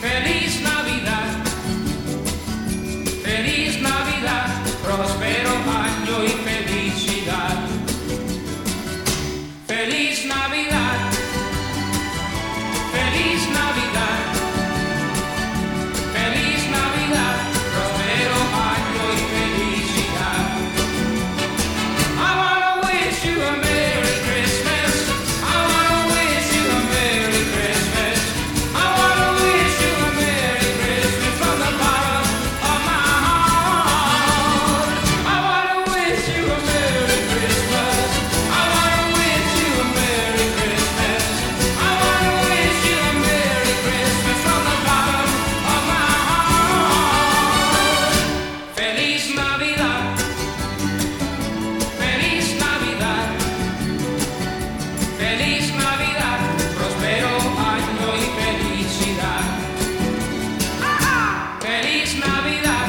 Feliz Navidad, feliz Navidad, próspero año y felicidad. Feliz Navidad, feliz Navidad, feliz Navidad, próspero año y felicidad. I wanna wish you a Merry Christmas. I wanna wish you a Merry Christmas. I wanna wish you a Merry Christmas from the bottom of my heart. I wanna wish you a Merry Christmas. I wanna wish you a Merry Christmas. I wanna wish you a Merry Christmas from the bottom of my heart. Feliz Navidad. Feliz Navidad, feliz Navidad, próspero año y felicidad. Feliz Navidad,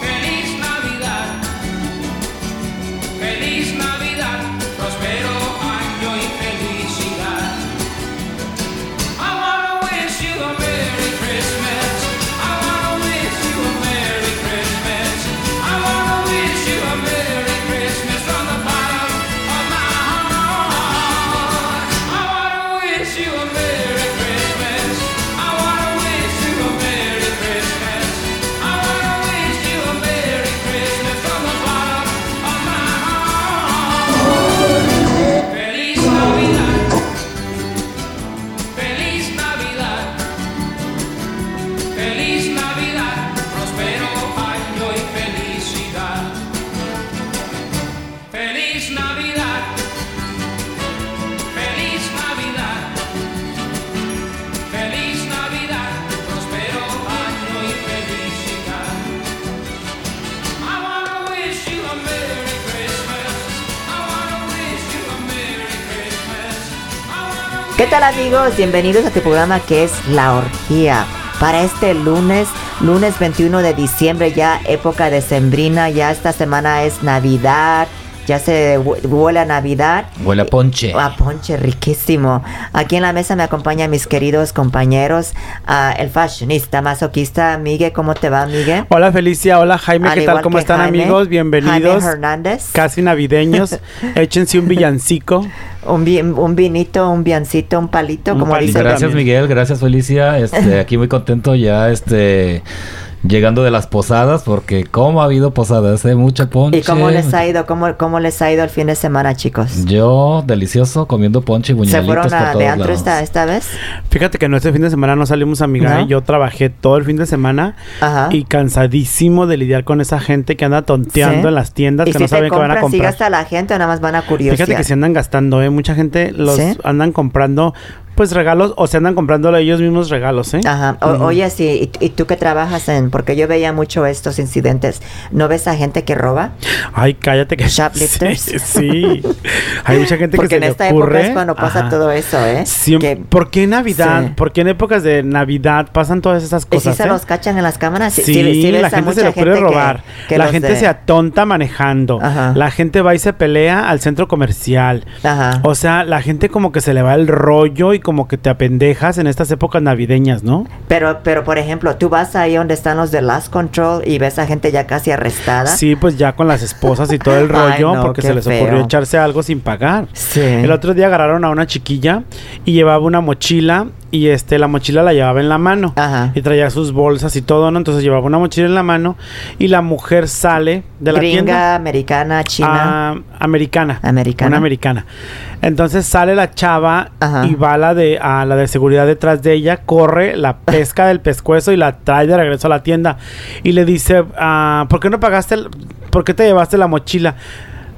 feliz Navidad, feliz Navidad, próspero año y felicidad. I wanna wish you a Merry Christmas. I wanna wish you a Merry Christmas. I wanna wish you a Merry Christmas from the bottom of my heart. I wanna wish you a Merry Christmas. I wanna wish you a Merry Christmas. I wanna wish you a Merry Christmas from the bottom of my heart. Feliz Navidad. Feliz Navidad, feliz Navidad, próspero año y felicidad. Feliz Navidad, feliz Navidad, feliz Navidad, próspero año y felicidad. I wanna wish you a Merry Christmas. I wanna wish you a Merry Christmas. I wanna ¿Qué tal amigos? Bienvenidos a tu programa que es La Orgía. Para este lunes, lunes 21 de diciembre, ya época decembrina, ya esta semana es Navidad, ya se hue- huele a Navidad. Huele a ponche. A ponche riquísimo. Aquí en la mesa me acompañan mis queridos compañeros, ah, el fashionista, masoquista, Miguel, ¿cómo te va, Miguel? Hola Felicia, hola Jaime, Al ¿qué igual tal? ¿Cómo que están Jaime, amigos? Bienvenidos. Jaime Hernández. Casi navideños. Échense un villancico. Un, vi- un vinito, un biancito, un palito, Un como palito dice. Gracias también. Miguel, gracias Felicia. Este, aquí muy contento ya este llegando de las posadas porque cómo ha habido posadas, eh, mucha ponche. ¿Y cómo les ha ido? ¿Cómo, ¿Cómo les ha ido el fin de semana, chicos? Yo delicioso comiendo ponche y ¿Se buñuelitos fueron por a, de todos antro lados. esta, esta vez? Fíjate que no este fin de semana no salimos amiga ¿No? Ah. y yo trabajé todo el fin de semana Ajá. y cansadísimo de lidiar con esa gente que anda tonteando Sí. en las tiendas ¿Y que si no te saben qué van a compran, sigue comprar. hasta la gente o nada más van a curiosidad? Fíjate que se andan gastando, eh, mucha gente los ¿Sí? andan comprando pues regalos o se andan comprando ellos mismos regalos, ¿eh? Ajá. O- Oye, sí, ¿y, y tú que trabajas en...? Porque yo veía mucho estos incidentes. ¿No ves a gente que roba? Ay, cállate que Shoplifters. Sí, sí. Hay mucha gente Porque que se en le esta ocurre- época es cuando pasa Ajá. todo eso, ¿eh? Siem- Que- ¿Por qué en Navidad? Sí. ¿Por qué en épocas de Navidad pasan todas y esas si cosas? se eh? los cachan en las cámaras, sí, Sí, sí- sí ves la a gente mucha se le ocurre gente que- robar. que la los gente de- se atonta manejando. Ajá. La gente va y se pelea al centro comercial. Ajá. O sea, la gente como que se le va el rollo y como que te apendejas en estas épocas navideñas, ¿no? Pero, pero, por ejemplo, tú vas ahí donde están los de Last Control y ves a gente ya casi arrestada. Sí, pues ya con las esposas y todo el Ay, rollo no, porque qué se les feo. ocurrió echarse algo sin pagar. Sí. El otro día agarraron a una chiquilla y llevaba una mochila y este la mochila la llevaba en la mano Ajá. y traía sus bolsas y todo, ¿no? Entonces llevaba una mochila en la mano y la mujer sale de la Gringa, tienda americana, china. ah, americana. Americana. Una americana. Entonces sale la chava Ajá. y va la de a la de seguridad detrás de ella, corre, la pesca del pescuezo y la trae de regreso a la tienda y le dice, ah, "¿Por qué no pagaste? el- ¿Por qué te llevaste la mochila?"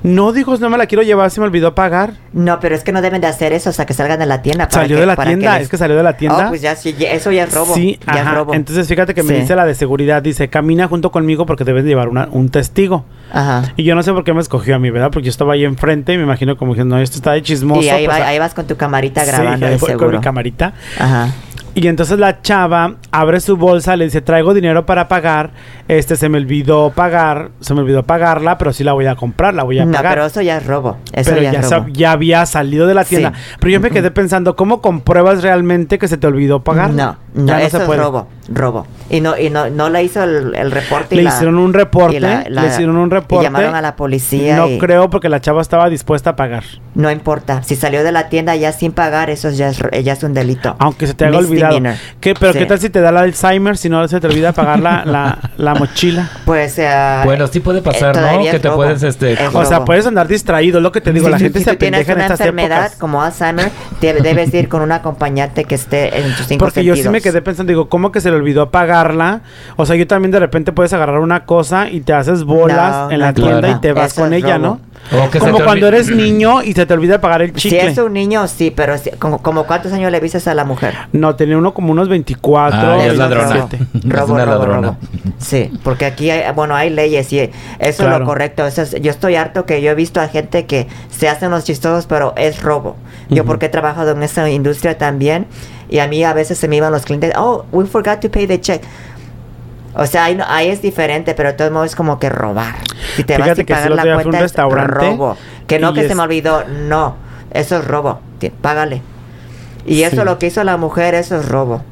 No, dijo, no me la quiero llevar, se me olvidó pagar. No, pero es que no deben de hacer eso, o sea, que salgan de la tienda. para Salió que- de la para tienda, les- es que salió de la tienda. Oh, pues ya, sí, ya- eso ya es robo. Sí, ya es ajá. robo. Entonces fíjate que me Sí. dice la de seguridad, dice, camina junto conmigo porque debes llevar una- un testigo. Ajá. Y yo no sé por qué me escogió a mí, ¿verdad? Porque yo estaba ahí enfrente y me imagino como que no, esto está de chismoso. Y ahí, pues, va- a- ahí vas con tu camarita sí, grabando ahí de voy seguro. con mi camarita. Ajá. Y entonces la chava abre su bolsa, le dice, traigo dinero para pagar, Este se me olvidó pagar, se me olvidó pagarla, pero sí la voy a comprar, la voy a No, pagar. pero eso ya es robo. Eso pero ya, ya, es sab- robo. ya había salido de la tienda. Sí. Pero yo me quedé pensando, ¿cómo compruebas realmente que se te olvidó pagar? No, no, Ya eso es robo, robo. Y no, y no, no le hizo el, el reporte. y Le la- hicieron un reporte, y la- la- le hicieron un reporte. Y llamaron a la policía. No y creo porque la chava estaba dispuesta a pagar. No importa. Si salió de la tienda ya sin pagar, eso ya es, ro- ya es un delito. Aunque se te haya olvidado. Misdemeanor. ¿Qué, pero Sí. ¿qué tal si te da el Alzheimer si no se te olvida pagar la, la, la mochila? Pues. eh, Bueno, sí puede pasar, eh, ¿no? todavía Que es te robo. puedes, este, Es O sea, robo. puedes andar distraído, es lo que te digo. Si la tú- gente si se tú tienes apendeja en una estas enfermedad épocas. como Alzheimer, te- debes ir con un acompañante que esté en tus cinco Porque yo sí me quedé sentidos. pensando, digo, ¿cómo que se le olvidó pagarla? O sea, yo también de repente puedes agarrar una cosa y te haces bolas No, en no, la claro. tienda y te vas Eso con es ella, robo. O que se ¿no? Como te cuando olvi- eres niño y se te olvida pagar el Si chicle. es un niño, sí, pero si- como, como ¿cuántos años le visas a la mujer? No, tenía uno como unos 24. Ah, ya es 27. ladrona. Robo, Es una robo, ladrona. robo. Sí, porque aquí, hay, bueno, hay leyes y eso es Claro. lo correcto. Eso es- yo estoy harto que yo he visto a gente que se hacen los chistosos, pero es robo. Yo porque he trabajado en esa industria también y a mí a veces se me iban los clientes, oh, we forgot to pay the check. O sea, ahí, no- ahí es diferente, pero de todos modos es como que robar. Si te vas Fíjate sin que sí, pagar el otro la día fui a un cuenta es restaurante robo. Que no y que se es- me olvidó, no. Eso es robo. Ti- Págale. Y eso Sí. lo que hizo la mujer, eso es robo.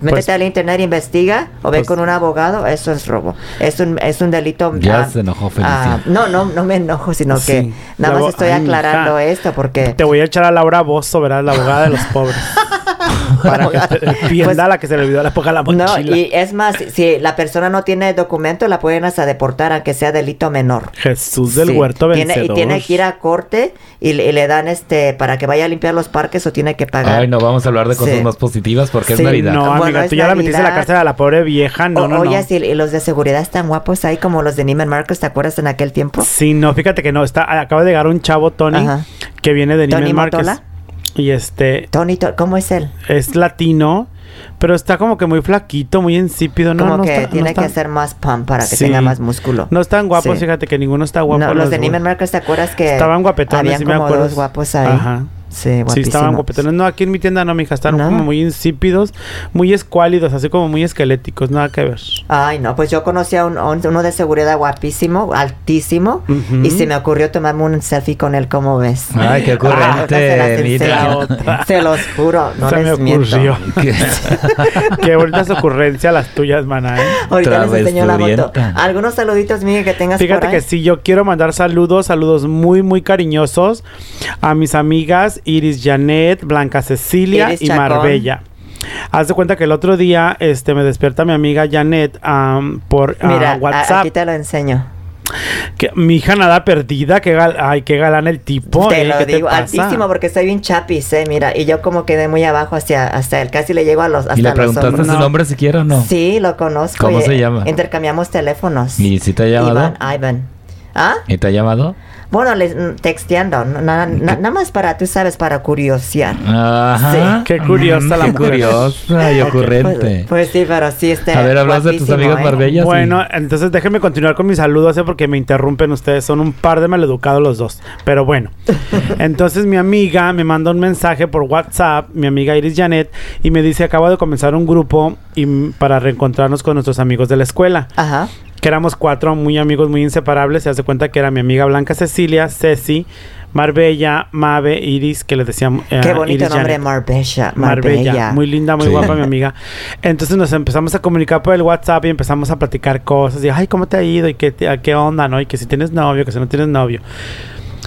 Métete Pues- al internet, investiga o ve pues- con un abogado, eso es robo. Es un, es un delito. Ya ah, se enojó ah, Felicia. no, no, no me enojo, sino Pues Sí. que nada La más abo- estoy Ay, aclarando hija. esto porque. Te voy a echar a Laura Bozo, ¿verdad? La abogada de los pobres. Para que te defienda Pues- a la que se le olvidó la poca la mochila. No, y es más, si la persona no tiene documento, la pueden hasta deportar, aunque sea delito menor. Jesús del Sí. huerto Tiene- vencedor. y tiene que ir a corte y, le- y le dan este para que vaya a limpiar los parques o tiene que pagar. Ay, no, vamos a hablar de cosas Sí. más positivas porque Sí, es Navidad. No, Bueno, amiga, es tú ya la metiste en la Navidad. cárcel a la pobre vieja. No, O- no, no. oye, si- y los de seguridad están guapos ahí como los de Neiman Marcus, ¿te acuerdas en aquel tiempo? Sí, no, fíjate que no. Está, acaba de llegar un chavo, Tony, Ajá. que viene de ¿Tony Nivel Márquez. Motola? Y este Tony, To- ¿cómo es él? es latino, pero está como que muy flaquito, muy insípido. No, como no que está, no tiene está- que hacer más pump para que Sí. tenga más músculo. No están guapos, Sí. fíjate que ninguno está guapo. No, los de dos. Neiman Marcus, ¿te acuerdas que Estaban guapetones, habían sí me como acuerdo. dos guapos ahí? Ajá. Sí, guapísimos. Sí, estaban guapetones. No, aquí en mi tienda no, mija. Están No. como muy insípidos, muy escuálidos, así como muy esqueléticos. Nada que ver. Ay, no, pues yo conocí a un, a un- uno de seguridad guapísimo, altísimo, Ujú. y se me ocurrió tomarme un selfie con él, ¿cómo ves? Ay, qué Ah, ahorita se las ocurrente, enseño. mira. Se los juro, no Se me les miento. ocurrió. Que- Qué bonitas ocurrencias las tuyas, maná. ¿eh? Ahorita les enseño la foto. Travesturienta. Algunos saluditos, Miguel, que tengas Fíjate por que ahí. sí, yo quiero mandar saludos, saludos muy, muy cariñosos a mis amigas Iris Janet, Blanca Cecilia Iris y Chacón. Marbella. Haz de cuenta que el otro día este, me despierta mi amiga Janet am, por ah, Mira, a- WhatsApp. aquí te lo enseño. Que, mi hija nada perdida, qué gal- ay, qué galán el tipo. te eh, lo ¿qué digo, pasa? altísimo, porque estoy bien chapis, eh, mira. Y yo como quedé muy abajo hacia, hasta él, casi le llego a los, hasta ¿Y le los preguntaste hombros. su nombre siquiera o no? Sí, lo conozco. ¿Cómo y, se eh, llama? Intercambiamos teléfonos. ¿Y si te ha llamado? Iván, Ivan. ¿Ah? ¿Y te ha llamado? Bueno, les, mm, texteando, na- na- na- nada más para, tú sabes, para curiosear. Ajá. Mm, Qué curiosa la Qué mujer. curiosa y Pues, ocurrente. pues sí, pero sí, este. A ver, ¿hablas de tus guapísimo, eh. amigas Marbella? Sí. Bueno, entonces déjenme continuar con mis saludos, ¿eh? porque me interrumpen ustedes. Son un par de maleducados los dos. Pero bueno. Entonces mi amiga me manda un mensaje por WhatsApp, mi amiga Iris Janet, y me dice, acabo de comenzar un grupo y, mm, para reencontrarnos con nuestros amigos de la escuela. Ajá. Que éramos cuatro muy amigos, muy inseparables. Se hace cuenta que era mi amiga Blanca Cecilia, Ceci, Marbella, Mave, Iris, que les decíamos... eh, Qué bonito Iris nombre, Janet. Marbella. Marbella. Marbella. Muy linda, muy Sí. guapa, mi amiga. Entonces nos empezamos a comunicar por el WhatsApp y empezamos a platicar cosas. Y, ay, ¿cómo te ha ido? ¿Y qué, te- a qué onda? ¿No? Y que si tienes novio, que si no tienes novio.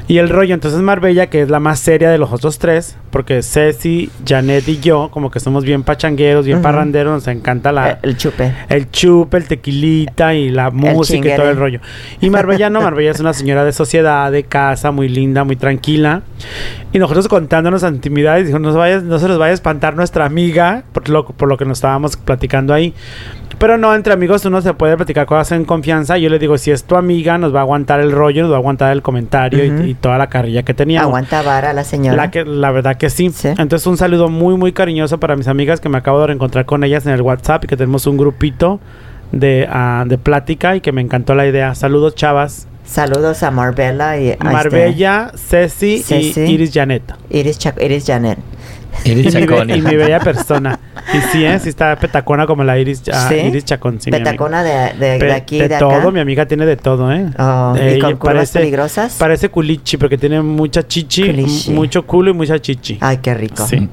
Y el rollo, entonces Marbella, que es la más seria de los otros tres, porque Ceci, Janet y yo, como que somos bien pachangueros, bien Ujú. parranderos, nos encanta la, Eh, El chupe. el chupe, el tequilita y la música y todo chinguere. el rollo. Y Marbella no, Marbella es una señora de sociedad, de casa, muy linda, muy tranquila. Y nosotros contándonos intimidades, dijo, no se, vaya, no se nos vaya a espantar nuestra amiga por lo, por lo que nos estábamos platicando ahí. Pero no, entre amigos uno se puede platicar cosas en confianza. Yo le digo, si es tu amiga, nos va a aguantar el rollo, nos va a aguantar el comentario y- Ujú. y, toda la carrilla que teníamos. Aguanta vara la señora. La, que, la verdad que sí. Sí. Entonces, un saludo muy, muy cariñoso para mis amigas que me acabo de reencontrar con ellas en el WhatsApp y que tenemos un grupito de, ah, de plática y que me encantó la idea. Saludos, chavas. Saludos a Marbella y a este, Marbella, Ceci, Ceci. y Iris Janeta. Iris, Chac- Iris Janet. Iris Y mi, be- Chaconi. y mi bella persona. Y sí, ¿eh? sí está petacona como la Iris, ah, ¿Sí? Iris Chacón. sí, mi amiga. Petacona de, de, de Pe- aquí de de acá. todo, mi amiga tiene de todo, ¿eh? Oh, ¿Y Ella con curvas peligrosas? Parece culichi porque tiene mucha chichi, Culichi. m- mucho culo y mucha chichi. Ay, qué rico. Sí.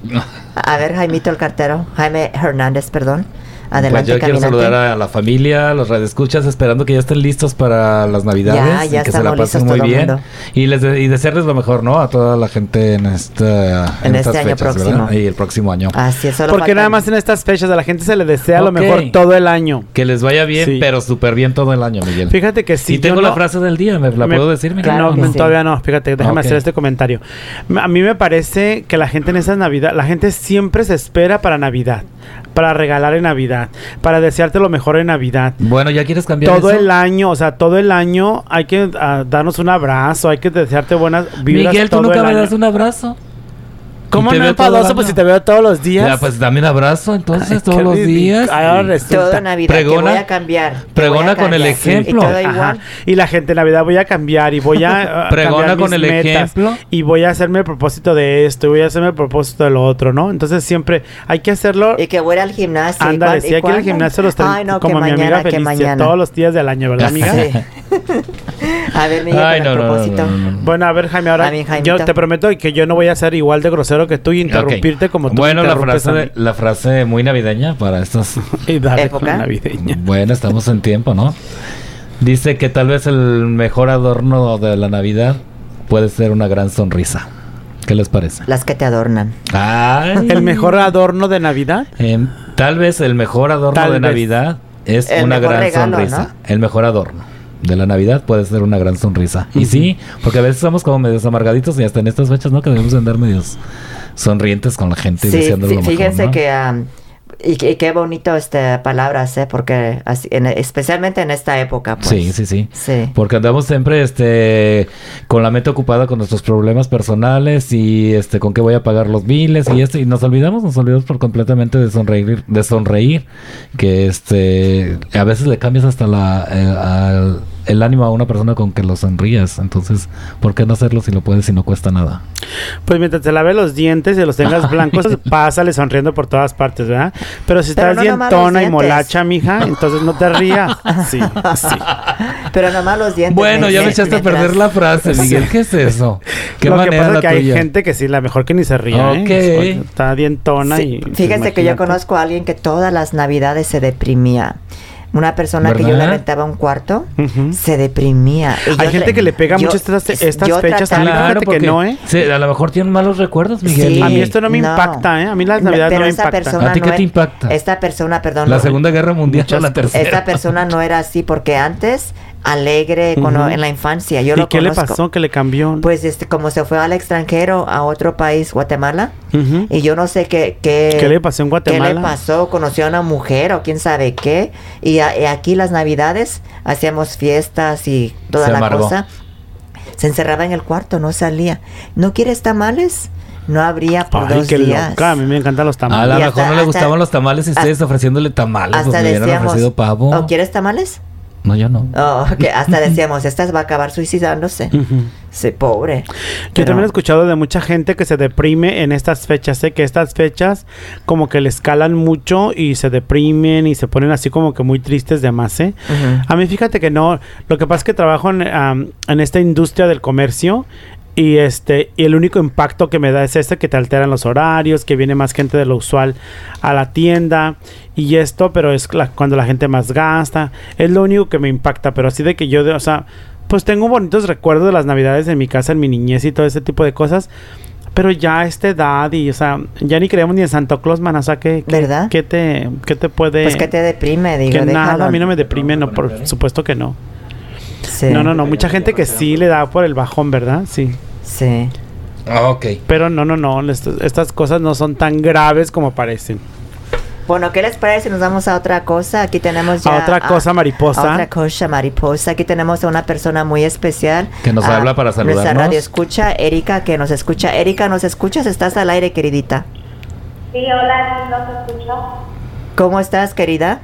A ver, Jaimito el cartero. Jaime Hernández, perdón. Pues Adelante, yo quiero caminante. saludar a la familia, a los radioescuchas, esperando que ya estén listos para las navidades Ya, ya y que se estamos la listos pasen muy todo el bien. mundo. Y, les de- y desearles lo mejor, ¿no? A toda la gente en, esta, En este estas año fechas, próximo. Ah. ¿verdad? Y el próximo año. Así es, solo Porque faltan- nada más en estas fechas a la gente se le desea Ok. lo mejor todo el año. Que les vaya bien, Sí. pero súper bien todo el año, Miguel. Fíjate que sí. y tengo yo la no- frase del día, ¿me la me- puedo decir, Miguel? Claro no, que no, sí. todavía no, fíjate, déjame Ok. hacer este comentario. M- A mí me parece que la gente en esta Navidad, la gente siempre se espera para Navidad, para regalar en Navidad, para desearte lo mejor en Navidad. Bueno, ¿ya quieres cambiar Todo eso? el año, o sea, todo el año hay que ah, darnos un abrazo, hay que desearte buenas vibras. Miguel, ¿tú todo nunca el me año. das un abrazo? ¿Cómo Y te no, veo todo Padoso? el Pues año. si te veo todos los días. Ya, pues también abrazo, entonces, Ay, todos qué los ridículo. días. Ahora Y- resulta. Todo Navidad, que Pregona- voy a cambiar. que pregona voy a con el cambiar, ejemplo. Y todo Ajá. igual. Y la gente en Navidad voy a cambiar y voy a ah, Pregona cambiar con mis el ejemplo. y voy a hacerme el propósito de esto y voy a hacerme el propósito de lo otro, ¿no? Entonces siempre hay que hacerlo. Y que voy a ir al gimnasio. ¿y Ándale, cuán- sí, y aquí en el cuándo? gimnasio los tres, Ay, no, que como mi mañana, amiga que Felicia, mañana. Ah, todos los días del año, ¿verdad, amiga? Sí. a ver, Miguel, Ay, con no, el no, no, propósito. no, no, no. Bueno, a ver, Jaime, ahora A mí, Jaimito. yo te prometo que yo no voy a ser igual de grosero que tú y interrumpirte Ok. como tú me Bueno, la interrumpes frase, a de- la frase muy navideña para estas... mí. Y dale con ¿Época? navideña. bueno, estamos en tiempo, ¿no? Dice que tal vez el mejor adorno de la Navidad puede ser una gran sonrisa. ¿Qué les parece? Las que te adornan. Ay. El mejor adorno de Navidad. Em, tal vez el mejor adorno Tal de vez. Navidad es El una mejor gran regalo, sonrisa. El mejor adorno de la Navidad puede ser una gran sonrisa. Y sí, porque a veces somos como medios amargaditos y hasta en estas fechas, ¿no? Que debemos andar medios sonrientes con la gente Sí, y deseando fí- lo mejor, fíjense ¿no? que... am, y, que- y qué bonito este palabras, ¿eh? Porque así- en- especialmente en esta época, pues. Sí, sí, sí. Sí. Porque andamos siempre este con la mente ocupada con nuestros problemas personales y este con qué voy a pagar los biles y esto y nos olvidamos, nos olvidamos por completamente de sonreír, de sonreír, que este a veces le cambias hasta la eh, al- el ánimo a una persona con que lo sonrías, entonces, ¿por qué no hacerlo si lo puedes y no cuesta nada? Pues mientras te laves los dientes y los tengas blancos, pásale sonriendo por todas partes, ¿verdad? Pero si Pero no estás nomás los dientona y dientes. molacha, mija, entonces no te rías. Sí, Pues, sí. Pero nomás los dientes. ¿eh? Bueno, ya me mientras- echaste a perder la frase, Miguel, ¿qué es eso? ¿Qué Lo que manera pasa la es que hay tuya? gente que sí, la mejor que ni se ríe. ¿eh? Ok. Es porque Está dientona Sí, y. pues, Fíjense que yo imagínate. conozco a alguien que todas las navidades se deprimía. Una persona que yo le ¿Verdad? rentaba un cuarto Ujú. se deprimía. Y Hay yo gente tra- que le pega yo- mucho estas- estas yo fechas, trataba- amiga. Fíjate que no, ¿eh? sí, a lo mejor tienen malos recuerdos, Miguel. Sí. A mí esto no me impacta, ¿eh? A mí las No, navidades no, pero me esa impactan. persona ¿A ti no qué te era- impacta? Esta persona, perdón. La no- Segunda Guerra Mundial o Muchas la tercera. Esta persona no era así porque antes alegre cuando- Ujú. en la infancia. Yo ¿Y lo qué le conozco. pasó? que le cambió? Pues este, como se fue al extranjero, a otro país, Guatemala, Ujú. y yo no sé qué, qué... ¿Qué le pasó en Guatemala? eh, ¿Qué le pasó? Conoció a una mujer o quién sabe qué. Y, a- y aquí las navidades hacíamos fiestas y toda Se la amargó. cosa. Se encerraba en el cuarto, no salía. ¿No quieres tamales? No habría por Ay, dos qué días. loca. A mí me encantan los A tamales. la Y mejor hasta- no le hasta- gustaban los tamales y ustedes ofreciéndole tamales. Hasta pues me hubieran decíamos, ofrecido pavo. ¿o quieres tamales? No, yo no. Oh, que hasta decíamos, esta va a acabar suicidándose. Ujú. Sí, pobre. Mm. Yo Pero- también he escuchado de mucha gente que se deprime en estas fechas. Sé que estas fechas como que le escalan mucho y se deprimen y se ponen así como que muy tristes de más, ¿eh? Ujú. A mí fíjate que no. Lo que pasa es que trabajo en, am, en esta industria del comercio. Y este, y el único impacto que me da es este que te alteran los horarios, que viene más gente de lo usual a la tienda, y esto, pero es la- cuando la gente más gasta, es lo único que me impacta, pero así de que yo de, o sea, pues tengo bonitos recuerdos de las navidades en mi casa, en mi niñez y todo ese tipo de cosas. Pero ya a esta edad y, o sea, ya ni creemos ni en Santo Claus, man. O sea, que, ¿Verdad? ¿qué te, qué te puede...? ¿Ah? Pues que te deprime, digo. que nada, déjalo. a mí no me deprime, no, por supuesto que no. Sí, No, no, no, mucha gente que sí le da por el bajón, ¿verdad? Sí. Sí. Ah, ok. Pero no, no, no, est- estas cosas no son tan graves como parecen. Bueno, ¿qué les parece? Nos vamos a otra cosa. Aquí tenemos ya... A otra cosa, mariposa. a otra cosa, mariposa. Aquí tenemos a una persona muy especial. Que nos Ah, habla para Nuestra saludarnos. radio escucha, Erika, que nos escucha. Erika, ¿nos escuchas? Estás al aire, queridita. Sí, hola, sí, los escucho. ¿Cómo estás, querida?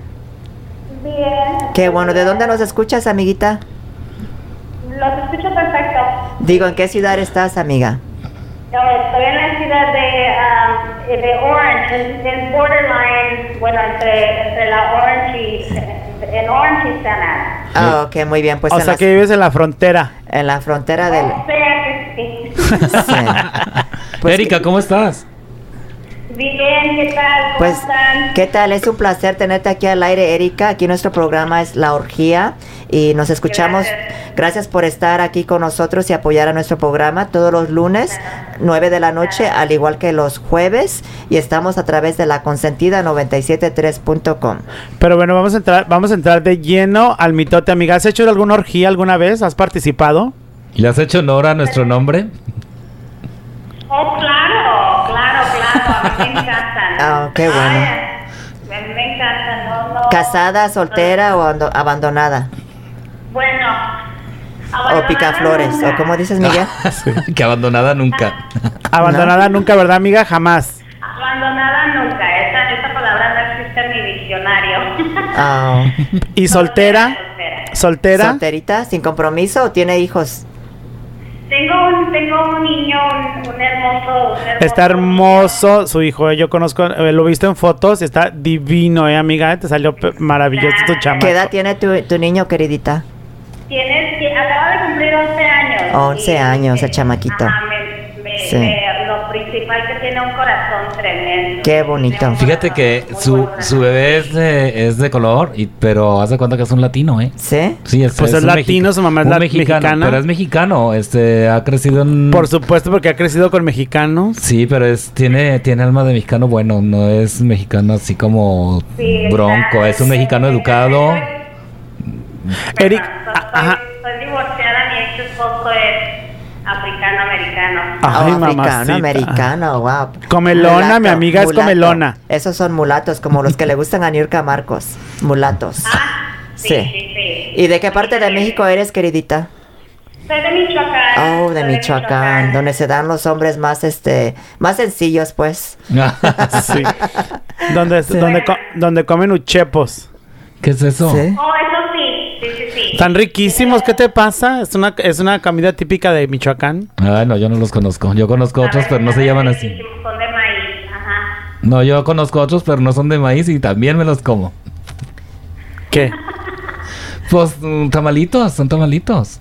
Bien. Qué bueno. ¿De dónde nos escuchas, amiguita? Los escucho perfecto. Digo, ¿en qué ciudad estás, amiga? No, estoy en la ciudad de ah, de, de Orange, es, es borderline, bueno, entre, entre la Orange y, en Orange y San Ana. Ah, ok, muy bien. Pues o en, sea las- que vives en la frontera. en la frontera del... O sea, que sí. Sí. Pues, Erika, ¿cómo estás? Bien, ¿qué tal? ¿Cómo Pues, están? ¿qué tal? Es un placer tenerte aquí al aire, Erika. Aquí nuestro programa es La Orgía y nos escuchamos. Gracias, Gracias. por estar aquí con nosotros y apoyar a nuestro programa todos los lunes, 9 de la noche, al igual que los jueves. Y estamos a través de la consentida 973.com. Pero bueno, vamos a entrar, vamos a entrar de lleno al mitote, amiga. ¿Has hecho alguna orgía alguna vez? ¿Has participado? ¿Le has hecho honor a nuestro nombre? Oh, claro, claro, claro, a mí me encantan. Ah, qué bueno. Ay, a mí me encantan, no, no. ¿Casada, soltera o ando- abandonada? Bueno. ¿O picaflores? ¿O cómo dices, Miguel? que abandonada nunca. Abandonada nunca, ¿verdad, amiga? Jamás. Abandonada nunca, esa, esa palabra no existe en mi diccionario. Ah, ¿Y soltera? Soltera. ¿Soltera? ¿Solterita? ¿Sin compromiso o tiene hijos? Tengo un, tengo un niño, un, un hermoso, un hermoso. Está hermoso su hijo. eh. Yo conozco, eh, lo he visto en fotos. Está divino, ¿eh, amiga? Te salió pe- maravilloso tu chamaco. ¿Qué edad tiene tu, tu niño, queridita? Tiene, ti- acaba de cumplir 11 años. 11 Y- este, años, el chamaquito. Ajá, me- me- Sí. me- lo principal que tiene un corazón tremendo. Qué bonito. Tiene un Fíjate corazón que muy su, bueno. su bebé es de, es de color, y, pero haz de cuenta que es un latino, ¿eh? ¿Sí? Sí, es, Pues es un latino, mexica- su mamá es un la- mexicano, mexicana. Pero es mexicano, este, ha crecido en... Por supuesto, porque ha crecido con mexicanos. Sí, pero es, tiene, tiene alma de mexicano bueno, no es mexicano así como Sí, está- bronco, es un mexicano soy- educado. soy- Eric, soy- ah, ajá. Soy divorciada, mi ex esposo es africano-americano. Ah, Ay, africano, mamacita. americano, wow. Comelona, mi amiga es comelona. Esos son mulatos, como los que le gustan a Niurka Marcos. Mulatos. Ah, sí, Sí. sí, sí. ¿Y de qué parte de México eres, queridita? Soy de Michoacán. Oh, de soy Michoacán, donde se dan los hombres más, este, más sencillos, pues. Sí. donde, donde, co- donde comen uchepos. ¿Qué es eso? Sí. Oh, eso sí, sí, sí, sí. Están riquísimos. ¿Qué te pasa? Es una, es una comida típica de Michoacán. Ay, no, yo no los conozco. Yo conozco otros, pero no se llaman así. Son de maíz, ajá. No, yo conozco otros, pero no son de maíz y también me los como. ¿Qué? Pues mm, tamalitos, son tamalitos.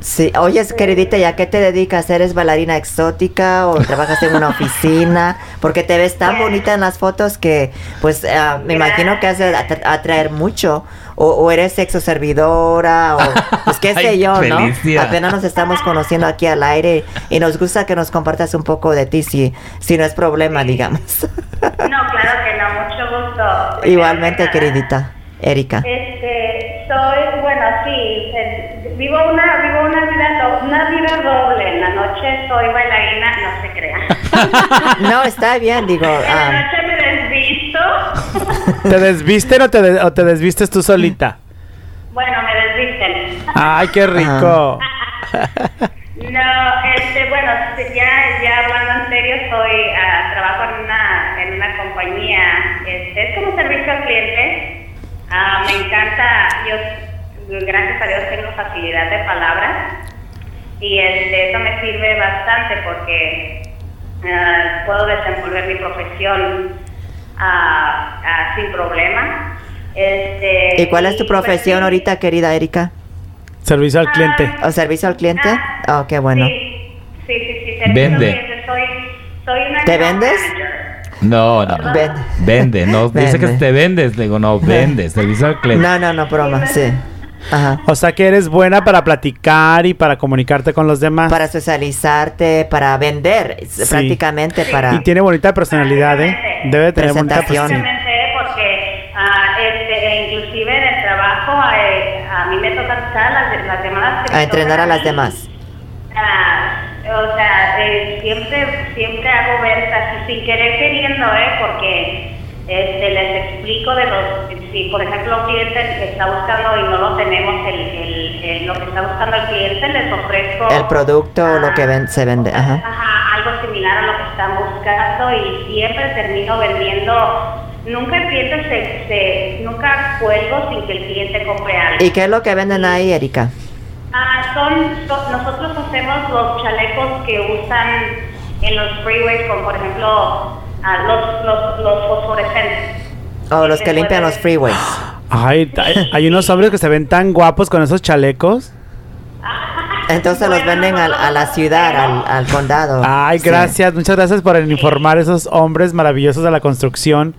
Sí. Oye, queridita, ¿y a qué te dedicas? ¿Eres bailarina exótica o trabajas en una oficina? Porque te ves tan bonita en las fotos que, pues, ah, me imagino que has de atra- atraer mucho. O, o eres sexo servidora, o pues qué sé Ay, yo, ¿no? Felicia. Apenas nos estamos conociendo aquí al aire y nos gusta que nos compartas un poco de ti, si, si no es problema, digamos. No, claro que no, mucho gusto. Igualmente, Ajá. queridita Erika. Este, soy, bueno, sí, eh, vivo una, vivo una vida, do- una vida doble. En la noche soy bailarina, no se crea. No, está bien, digo. en la ah, noche me desvisto. ¿Te desvisten o te, de- o te desvistes tú solita? bueno, me desvisten. Ay, qué rico. No, este, bueno, sí, ya, ya hablando en serio, soy, ah, trabajo en una, en una compañía, este, es como servicio al cliente, Ah, me encanta, yo, gracias a Dios, tengo facilidad de palabras, y este, eso me sirve bastante porque ah, puedo desenvolver mi profesión ah, ah, sin problema. Este, ¿Y cuál es tu pues, profesión sí. ahorita, querida Erika? Servicio al cliente. ¿O servicio al cliente? Ah, Oh, qué bueno. Sí, sí, sí. sí, servicio Vende. al cliente. Soy, soy una ¿Te account vendes? manager. No, no. Vende. Vende, no. Dice que Vende. te vendes. Le digo, no, vendes. Servicio al cliente. No, no, no, broma, sí. Ajá. O sea que eres buena para platicar y para comunicarte con los demás. Para socializarte, para vender, es- Sí. prácticamente para... Y tiene bonita personalidad, ¿eh? Debe tener bonita Presentación. personalidad. Precisamente porque ah, este, e inclusive en el trabajo eh, a mí me toca estar las, las llamadas que A me entrenar tocan a las mí. demás. Ah, o sea, eh, siempre, siempre hago ver así sin querer queriendo, ¿eh? Porque este, les explico de los, si por ejemplo un cliente está buscando y no lo tenemos, el, el- el- lo que está buscando el cliente, les ofrezco... Ah, El producto o lo que ven- se vende, ajá. Ajá, algo similar a lo que están buscando y siempre termino vendiendo... Nunca el cliente se, se- nunca cuelgo sin que el cliente compre algo. ¿Y qué es lo que venden ahí, Erika? Ah, son, son- nosotros hacemos los chalecos que usan en los freeways, como por ejemplo ah, los, los, los fosforescentes. O Ah, los que Después limpian de- los freeways. Ay, hay, hay unos hombres que se ven tan guapos con esos chalecos. Entonces los Bueno, venden al- a, la ciudad, al, al condado. Ay, Sí. gracias, muchas gracias por informar a esos hombres maravillosos de la construcción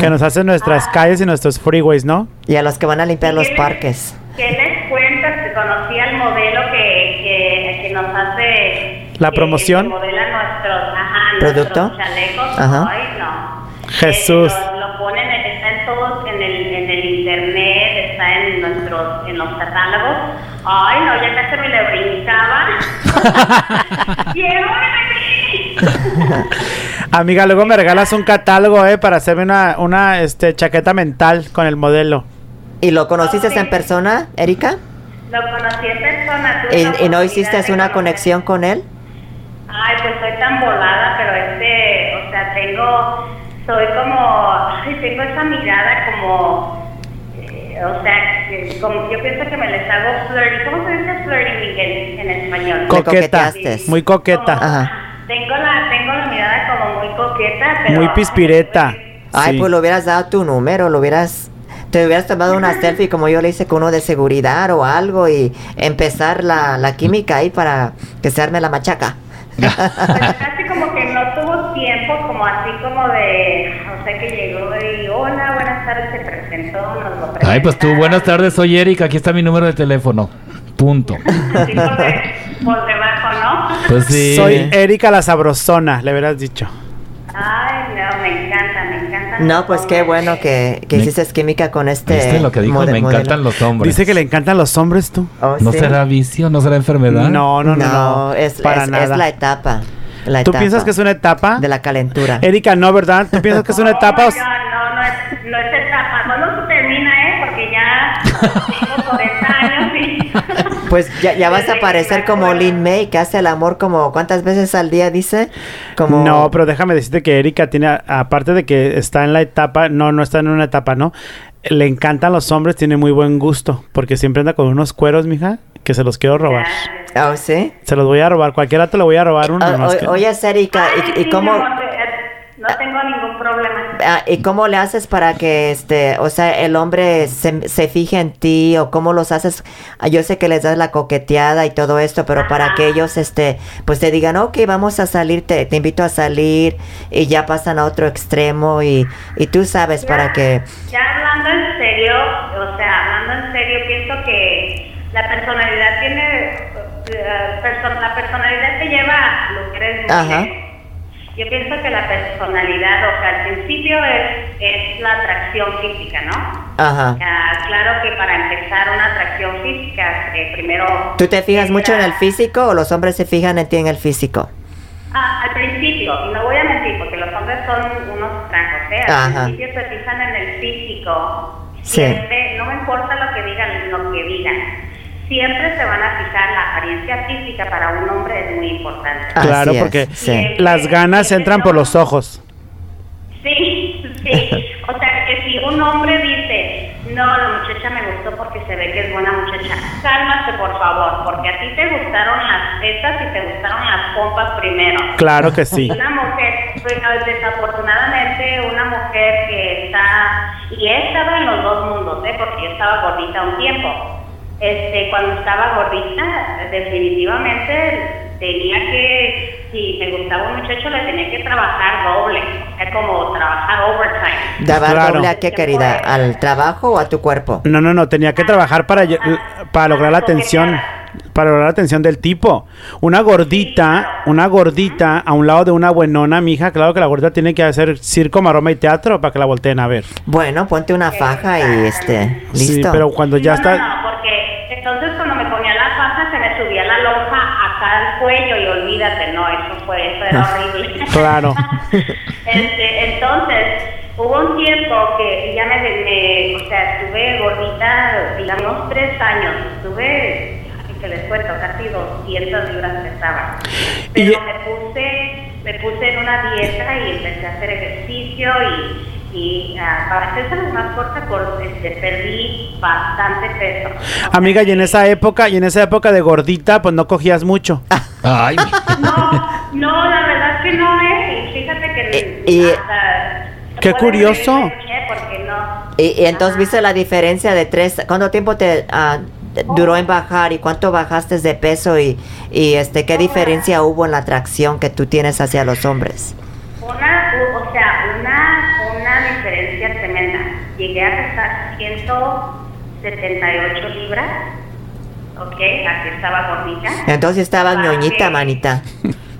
que nos hacen nuestras calles y nuestros freeways, ¿no? Y a los que van a limpiar los ¿Qué les- parques. ¿Qué les cuentas? Que conocí al modelo que, que, que nos hace... ¿La que- promoción? que modela nuestros, ajá, ¿Producto? nuestros chalecos. Ajá. Ay, no. Jesús. Eh, lo, lo ponen, en- está en todos, en el, en el internet, está en nuestros, en los catálogos. Ay, no, ya casi me le brincaba. ¡Quiero repetir! Amiga, luego me regalas un catálogo, ¿eh? Para hacerme una, una este, chaqueta mental con el modelo. ¿Y lo conociste Sí. en persona, Erika? Lo conocí en persona. tuve ¿Y, la y no oportunidad hiciste de una conocer- conexión con él? Ay, pues soy tan volada, pero este, o sea, tengo, soy como, ay, tengo esa mirada como, eh, o sea, que como, yo pienso que me les hago flirty. ¿Cómo se dice flirty, Miguel, en español? Co- Coqueta. coqueteaste. Muy coqueta. Como- Ajá. Tengo la, tengo la mirada como muy coqueta, pero... Muy pispireta. Ay, Sí. pues le hubieras dado tu número, lo hubieras... Te hubieras tomado una selfie como yo le hice con uno de seguridad o algo y empezar la, la química ahí para que se arme la machaca. Pues casi como que no tuvo tiempo, como así como de, o sea, que llegó y hola, buenas tardes, se presentó, nos lo presentó. Ay, pues tú, buenas tardes, soy Erika, aquí está mi número de teléfono. Punto. Así por, de- por debajo, ¿no? Pues sí. Soy Erika la Sabrosona, le hubieras dicho. Ay, no, me encanta, me encanta. No, pues qué bueno que, que Me- hiciste química con este... ¿Viste lo que dijo? mode- Me modelo. encantan los hombres. Dice que le encantan los hombres, tú. Oh, ¿No sí. será vicio? ¿No será enfermedad? No, no, no, no. es, para es- nada. es la etapa. la ¿Tú etapa piensas que es una etapa? De la calentura. Erika, no, ¿verdad? ¿Tú piensas que es una etapa? No, o s- no, no es, no es etapa. Solo se termina, ¿eh? Porque ya tengo 40 años y. Pues ya, ya vas a Desde que parecer me como acuerdo. Lin May, que hace el amor como... ¿Cuántas veces al día dice? Como... No, pero déjame decirte que Erika tiene, a- aparte de que está en la etapa, no, no está en una etapa, ¿no? Le encantan los hombres, tiene muy buen gusto, porque siempre anda con unos cueros, mija, que se los quiero robar. Oh, sí. Se los voy a robar, cualquiera te lo voy a robar uno. O- más Ah, o- que- oye, Erika, Ay, ¿y, y sí, cómo...? No, no tengo ningún problema. Ah, ¿Y cómo le haces para que este, o sea, el hombre se, se fije en ti o cómo los haces? Ah, Yo sé que les das la coqueteada y todo esto, pero para que ellos, este, pues te digan, ok, vamos a salir, te, te invito a salir y ya pasan a otro extremo y, y tú sabes para que... Ya hablando en serio, o sea, hablando en serio, pienso que la personalidad tiene. eh, perso- la personalidad te lleva a lugares muy Ajá. lejos. Yo pienso que la personalidad, o sea, al principio es, es la atracción física, ¿no? Ajá. Ah, claro que para empezar una atracción física, eh, primero. ¿Tú te fijas mucho en el entra- físico o los hombres se fijan en ti en el físico? Ah, al principio, y no voy a mentir, porque los hombres son unos francos, ¿eh? Al Ajá. principio se fijan en el físico. Sí. Siempre, no me importa lo que digan, lo que digan. Siempre se van a fijar, la apariencia física para un hombre es muy importante. Así Claro, es, porque- sí. Las ganas entran por los ojos. Sí, sí. O sea, que si un hombre dice, no, la muchacha me gustó porque se ve que es buena muchacha, cálmate por favor, porque a ti te gustaron las tetas y te gustaron las pompas primero. Claro que sí. Una mujer, pues, desafortunadamente, una mujer que está, y he estado en los dos mundos, ¿eh? porque yo estaba gordita un tiempo. Este, cuando estaba gordita, definitivamente tenía que, si me gustaba un muchacho, le tenía que trabajar doble, o sea, como trabajar overtime. ¿Dabar Claro. doble a qué, querida? ¿Al trabajo o a tu cuerpo? No, no, no, tenía que trabajar para, lle- para lograr la atención. Para lograr la atención del tipo. Una gordita, una gordita a un lado de una buenona, mija. Claro que la gordita tiene que hacer circo, maroma y teatro para que la volteen a ver. Bueno, ponte una faja y este, listo. Sí, pero cuando ya No, está. No, no, porque entonces cuando me ponía la faja, se me subía la lonja acá al cuello y olvídate, no, eso fue, eso era horrible. Claro. Este, entonces, hubo un tiempo que ya me, me- o sea, estuve gordita, digamos, tres años. Estuve, ay, que les cuento, casi 200 libras pesaba. Pero Y- me puse, me puse en una dieta y empecé a hacer ejercicio y y ah, para hacerse la más corta, por- este, perdí bastante peso. Amiga, y en esa época, y en esa época de gordita, pues no cogías mucho. Ay, No, no, la verdad es que no es. Y fíjate que. Eh, Y- y- hasta- Qué puedo curioso. escribir, ¿eh? Porque no. Y, y entonces Ajá. viste la diferencia de tres. ¿Cuánto tiempo te ah, te duró en bajar y cuánto bajaste de peso y, y este qué diferencia hubo en la atracción que tú tienes hacia los hombres? Una, u- o sea, una, una diferencia tremenda. Llegué a pesar 178 libras. Ok, así estaba gordita. Entonces estaba Bajé. ñoñita, manita.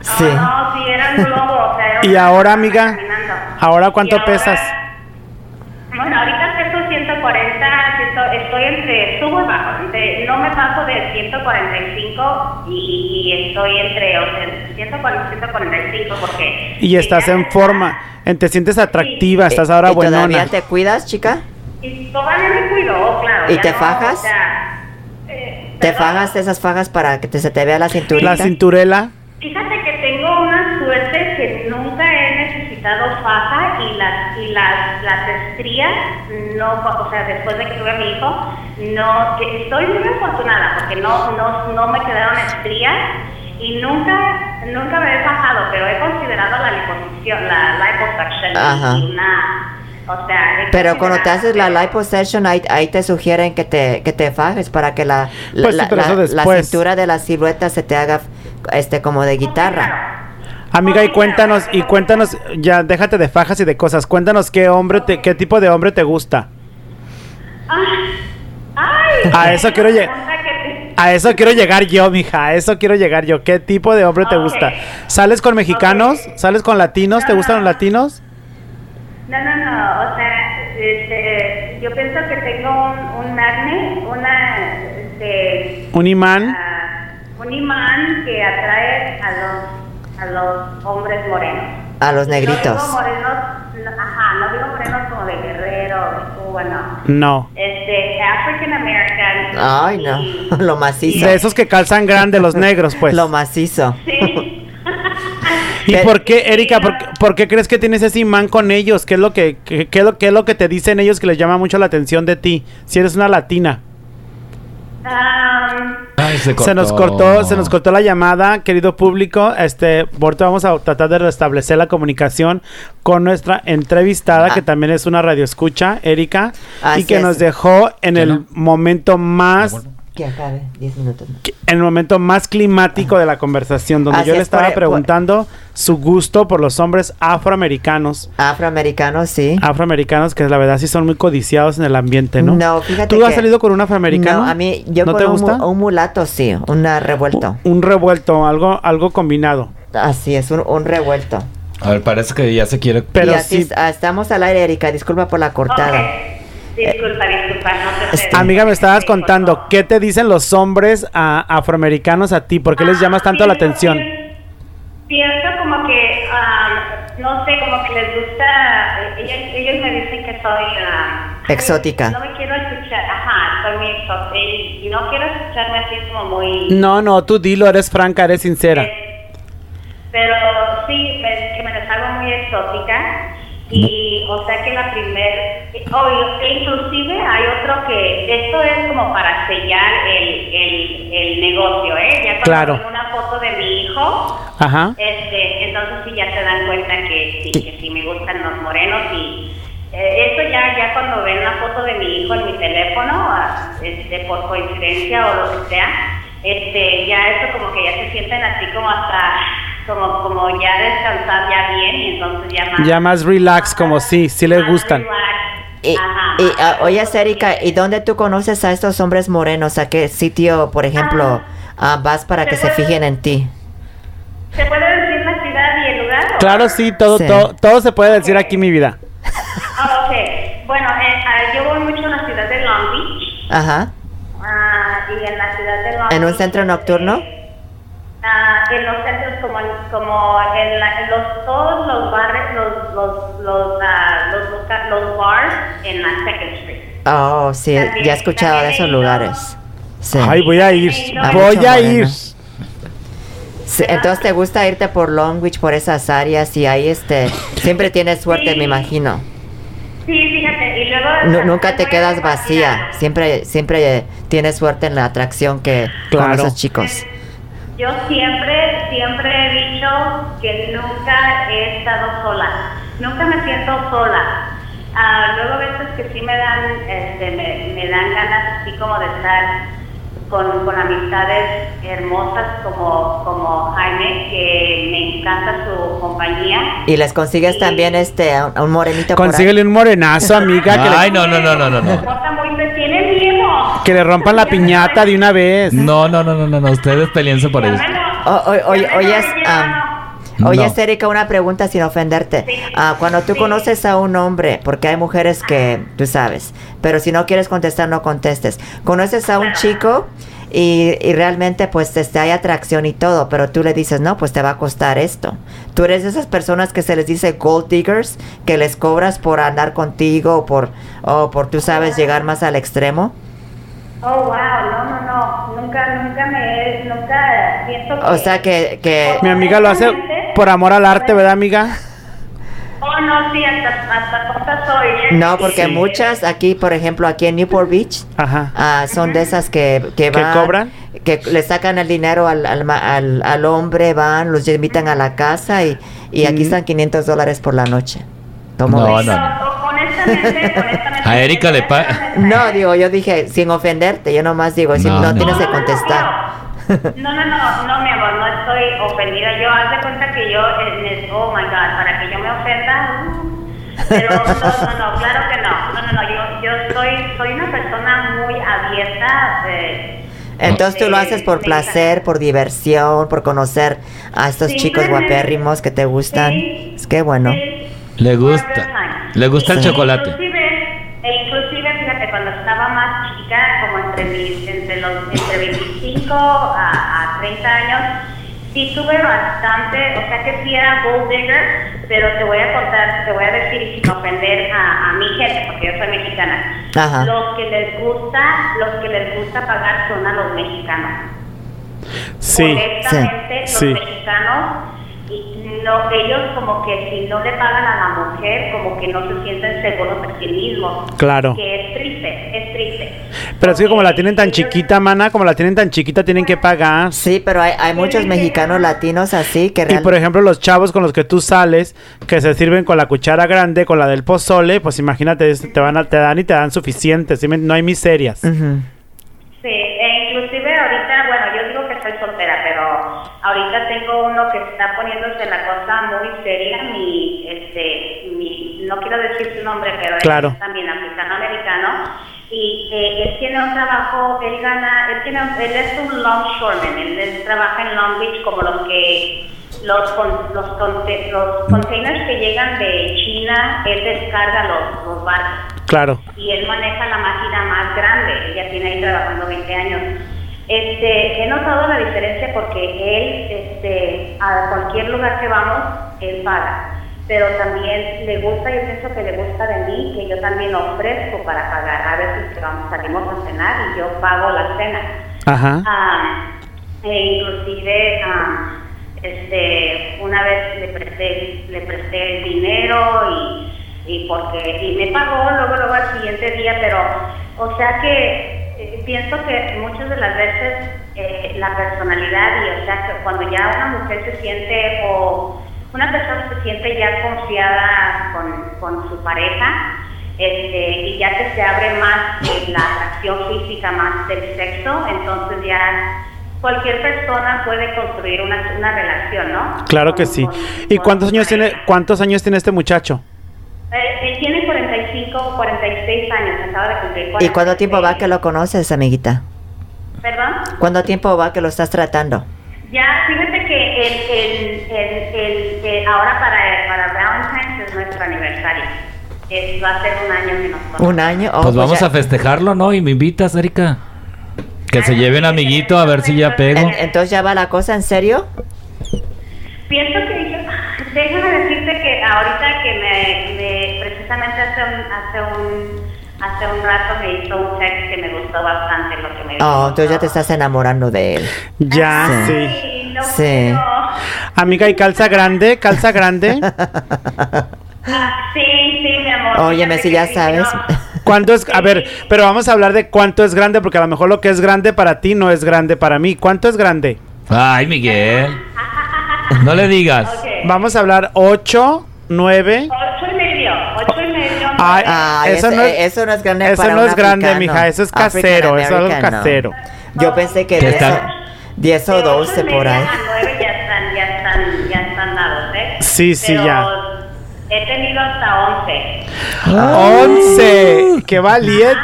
Sí. Ah, No, no, sí, era un globo. O sea, era Y una ahora, persona amiga, caminando. ¿ahora cuánto Y ahora- pesas? Bueno, ahorita peso 140, ciento- estoy entre subo y bajo, entre- no me paso de 145 y, y estoy entre o sea, 140 145 porque... Y estás en forma, en- te sientes atractiva, estás ¿Y- ahora y ¿Todavía buenona. te cuidas, chica? Y todavía me cuido, claro. ¿Y ya te no, fajas? o sea, eh, ¿Te perdón. fajas esas fajas para que te- se te vea la cinturita? La cinturela. Fíjate que tengo una suerte que nunca he necesitado faja y las y las, las estrías, no, o sea, después de que tuve a mi hijo, no, que estoy muy afortunada porque no, no, no me quedaron estrías y nunca, nunca me he fajado, pero he considerado la liposucción, la liposuction Ajá. y una, o sea, he Pero cuando te considerado, haces la pero- liposuction, ahí, ahí te sugieren que te, que te fajes para que la, la, Pues sí, la- pero eso la- la después. cintura de la silueta se te haga este como de guitarra. Amiga, y cuéntanos, y cuéntanos, ya déjate de fajas y de cosas, cuéntanos qué hombre te- qué tipo de hombre te gusta. Ay, ay, A eso quiero llegar. pregunta que- A eso quiero llegar yo, mija, a eso quiero llegar yo. ¿Qué tipo de hombre te Ok. gusta? ¿Sales con mexicanos? ¿Sales con latinos? ¿Te gustan los latinos? No, no, no, o sea, este, yo pienso que tengo un, un magne, una, este, ¿Un imán? ah, un imán que atrae a los, a los hombres morenos. A los No negritos. digo morenos, no, ajá, no digo morenos como de Guerrero, de Cuba, no. No. Este, African American. Ay, y- no. Lo macizo. De esos que calzan grande los negros, pues. Lo macizo. Sí. ¿Y Pe- por qué, Erika, por, qué- por qué crees que tienes ese imán con ellos? ¿Qué es lo que, qué, qué es lo, qué es lo que te dicen ellos que les llama mucho la atención de ti? Si eres una latina. Ah, ay, se cortó. Se nos cortó, se nos cortó la llamada, querido público. Este, ahorita vamos a tratar de restablecer la comunicación con nuestra entrevistada, Ah. que también es una radioescucha, Erika, Así y que es. nos dejó en Ya el no. momento más, Me vuelvo. Que acabe. 10 minutos. más. en el momento más climático de la conversación, donde Así yo le es, por- e, estaba por- preguntando su gusto por los hombres afroamericanos. Afroamericanos, sí. Afroamericanos que la verdad sí son muy codiciados en el ambiente, Ah, ¿no? No, fíjate ¿Tú has que- salido con un afroamericano? No, a mí, yo ¿No con te un, gusta? Uh. mu- un mulato, sí. Un ah, revuelto. Un revuelto, algo, algo combinado. Así es, un, un revuelto. A ver, parece que ya se quiere. Pero y así sí- es- ah, estamos al aire, Erika. Disculpa por la cortada. ok. Disculpa, disculpa, no te este- Amiga, me estabas contando, ¿qué te dicen los hombres ah, afroamericanos a ti? ¿Por qué les llamas tanto la Ah, Pienso- atención? Pienso como que, am, no sé, como que les gusta, ellos, ellos me dicen que soy... am, ay, Exótica. No me quiero escuchar, ajá, soy muy exótica y no quiero escucharme así como muy... No, no, tú dilo, eres franca, eres sincera. eh, Pero sí, me- que me les hago muy exótica y o sea que la primer o- e inclusive hay otro que esto es como para sellar el, el, el negocio eh ya cuando Claro. tengo una foto de mi hijo Ajá. este, entonces sí ya se dan cuenta que sí, que sí me gustan los morenos y eh, eso ya, ya cuando ven la foto de mi hijo en mi teléfono, ah, este, por coincidencia o lo que sea, este, ya eso como que ya se sienten así como hasta, como, como ya descansar ya bien y entonces ya más. Ya más relax, como sí, sí les más gustan. relax. Y, Ajá. y, ah, oye, Erika, ¿y dónde tú conoces a estos hombres morenos? ¿A qué sitio, por ejemplo, ah, vas para que se fijen en ti? ¿Se puede decir la ciudad y el lugar? o- Claro, sí, todo, Sí. todo, todo se puede decir aquí, mi vida. Ah, ok. Bueno, eh, ah, yo voy mucho a la ciudad de Long Beach. Ajá. Ah, y en la ciudad de Long ¿En un Beach, centro nocturno? eh, ah, en los centros como, como en, la- en los, todos los bares, los, los, los, ah, los, loca- los bars en la Second Street. Oh, sí, También- ya he escuchado de también esos he lugares. Sí. Ay, voy a ir, Hay voy Ah, mucho a moreno. ir. Sí, Entonces, ¿te gusta irte por Long Beach, por esas áreas? Y ahí este, siempre tienes suerte, me imagino. Sí, fíjate, y luego... Nu- nunca te Siempre quedas fascinado. vacía. Siempre, siempre eh, tienes suerte en la atracción que con Claro. esos chicos. Yo siempre, siempre he dicho que nunca he estado sola. Nunca me siento sola. Ah, luego a veces que sí me dan, este, me, me dan ganas así como de estar con, con amistades hermosas como, como Jaime, que me encanta su compañía. Y les consigues Sí. también este a un- a un morenito por ahí. Consíguele un morenazo, amiga, que, Ay, le, no, no, no, no, no, Se no. porta muy bien, tiene miedo. que le rompan la piñata de una vez. No, no, no, no, no, no. Ustedes peleense por ellos. Llámalo. O- o- oye, ah, Llámalo, oyes, llévalo. am, oyes, No. Erika, una pregunta sin ofenderte. Sí. Ah, cuando tú Sí. conoces a un hombre, porque hay mujeres que tú sabes, pero si no quieres contestar, no contestes. Conoces a un chico y, y realmente pues este, hay atracción y todo, pero tú le dices, no, pues te va a costar esto. Tú eres de esas personas que se les dice gold diggers, que les cobras por andar contigo o por, o por tú Ah. sabes, llegar más al extremo. Oh, wow, no, no, no, nunca, nunca me, nunca siento que... O sea que... que Mi amiga lo hace por amor al arte, ¿verdad, amiga? Oh, no, sí, hasta, hasta cosas soy. ¿eh? no, porque Sí. muchas aquí, por ejemplo, aquí en Newport Beach, Ajá. Ah, son de esas que, que ¿Que van. cobran? Que le sacan el dinero al, al, ma- al- al hombre, van, los invitan a la casa y, y aquí Mm. están 500 dólares por la noche. ¿Cómo No, ves? No, Oh, no. o- honestamente, honestamente... A Erika le pa- No, digo, yo dije, sin ofenderte, yo nomás digo, si No, no, no. tienes que no, contestar. No, no, no, no, mi amor, no estoy ofendida. Yo, haz de cuenta que yo, eh, eh, oh my God, para que yo me ofenda. uh, Pero no, no, no, claro que no. No, no, no, yo, yo soy, soy una persona muy abierta. eh, este, Entonces tú lo Sí, haces por me placer, por diversión, por conocer a estos chicos Simplemente- guapérrimos que te gustan. Sí. Es que bueno. sí, Le Burger gusta. Time. Le gusta el E chocolate. Inclusive, e inclusive, fíjate, cuando estaba más chica, como entre, mis, entre los entre 25 a, a 30 años, sí tuve bastante, o sea que sí era gold digger, pero te voy a contar, te voy a decir y sin ofender a, a mi gente, porque yo soy mexicana. Ajá. Los que les gusta, los que les gusta pagar son a los mexicanos Sí. honestamente, Sí. los mexicanos, y no, ellos como que si no le pagan a la mujer, como que no se sienten seguros de sí mismos. Claro. Que es triste, es triste. Pero es que como la Porque tienen tan ellos- chiquita, mana, como la tienen tan chiquita, tienen que pagar. Sí, pero hay, hay muchos mexicanos latinos así que Y por realmente... ejemplo, los chavos con los que tú sales, que se sirven con la cuchara grande, con la del pozole, pues imagínate, es- te van a- te dan y te dan suficiente, ¿sí me- no hay miserias. Ujú. Sí, e inclusive ahorita, bueno, yo digo que soy soltera, pero ahorita tengo uno que está poniéndose la cosa muy seria, mi, este, mi, no quiero decir su nombre, pero Claro. él es también africano-americano, y eh, él tiene un trabajo, él gana, él, tiene, un- él es un longshoreman, él, él trabaja en Long Beach como los que, los, con- los, conte- los containers que llegan de China, él descarga los, los barcos Claro. y él maneja la máquina más grande, ella tiene ahí trabajando 20 años. Este, he notado la diferencia porque él, este, a cualquier lugar que vamos, él paga. Pero también le gusta, yo pienso que le gusta de mí, que yo también ofrezco para pagar. A veces que vamos, salimos a cenar y yo pago la cena. Ajá. Ah, e inclusive, ah, este, una vez le presté, le presté el dinero y, y porque y me pagó luego luego al siguiente día, pero, o sea que eh, pienso que muchas de las veces eh, la personalidad y, o sea, que cuando ya una mujer se siente o una persona se siente ya confiada con, con su pareja este, y ya que se abre más eh, la atracción física más del sexo, entonces ya cualquier persona puede construir una, una relación, ¿no? Claro Con- que sí. con- ¿Y con cuántos su años tiene pareja. cuántos años tiene este muchacho? Eh, él tiene 45 o 46 años, acaba de cumplir. ¿Y cuánto tiempo va que 46. lo conoces, amiguita? Perdón. ¿Cuánto tiempo va que lo estás tratando? Ya, fíjate que el, el, el, el- el- ahora para, para Valentine's es nuestro aniversario. Es- va a ser un año que nos ¿Un año? Oh, Pues vamos ya- a festejarlo, ¿no? Y me invitas, Erika. Que se lleven amiguito a ver si ya pego. En- Entonces ya va la cosa, ¿en serio? Pienso que yo, déjame decirte que ahorita que me, me- precisamente hace un, hace un hace un rato me hizo un text que me gustó bastante lo que me dijo. Oh, entonces ya te estás enamorando de él. Ya, Ay, sí. no Sí. puedo. Amiga, ¿y calza grande? ¿Calza grande? Ah, sí, sí, mi amor. Óyeme, fíjate si que ya sí, sabes. pero- ¿Cuánto es? A ver, pero vamos a hablar de cuánto es grande, porque a lo mejor lo que es grande para ti no es grande para mí. ¿Cuánto es grande? Ay, Miguel. No le digas. Ok. Vamos a hablar 8, 9. Ocho y medio, ocho y medio. Ay, Ah, eso eso, no es- eso no es grande eso para no un es grande, africano. mija, eso es casero, eso es algo African-American, no. casero. Yo pensé que Que 10 o, está- 10 o De ocho y 12 por media ahí. A nueve ya están, ya están, ya están dados, ¿eh? Sí, sí, Pero ya. He tenido hasta once. Ah. 11. ¡Qué valiente!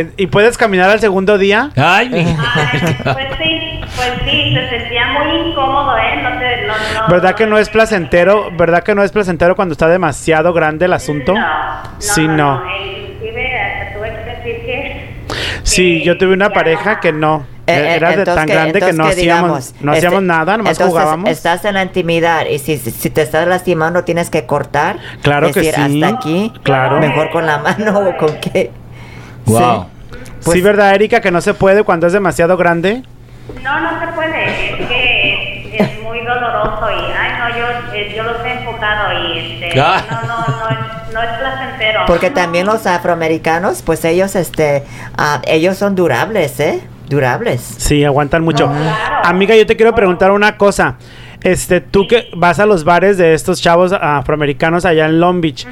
Eh, ¿Y puedes caminar al segundo día? Ay, Miguel. Ay, pues sí, pues sí, se sentía muy incómodo, ¿eh? No te, no, no, ¿Verdad que no es placentero? ¿Verdad que no es placentero cuando está demasiado grande el asunto? No, no, Sí, no. no. no, e Inclusive hasta tuve que decir que... Sí, que yo tuve una ya pareja no. que no. Eh, eh, Era de entonces tan grande que entonces no hacíamos, digamos, no hacíamos este, nada, nomás entonces, este, jugábamos. Estás en la intimidad y si, si- si te estás lastimando tienes que cortar. Claro que decir, sí, hasta aquí. claro. Mejor con la mano o con qué. Wow. pues- sí, ¿verdad, Erika? Que no se puede cuando es demasiado grande. No, no se puede, es que es, es muy doloroso y, ay, no, yo, eh, yo los he enfocado y, este, Ah. no, no, no, es- no es placentero. Porque también los afroamericanos, pues ellos, este, ah, ellos son durables, ¿eh? Durables. Sí, aguantan mucho. No, claro. Amiga, yo te quiero preguntar una cosa. Este, tú que vas a los bares de estos chavos afroamericanos allá en Long Beach,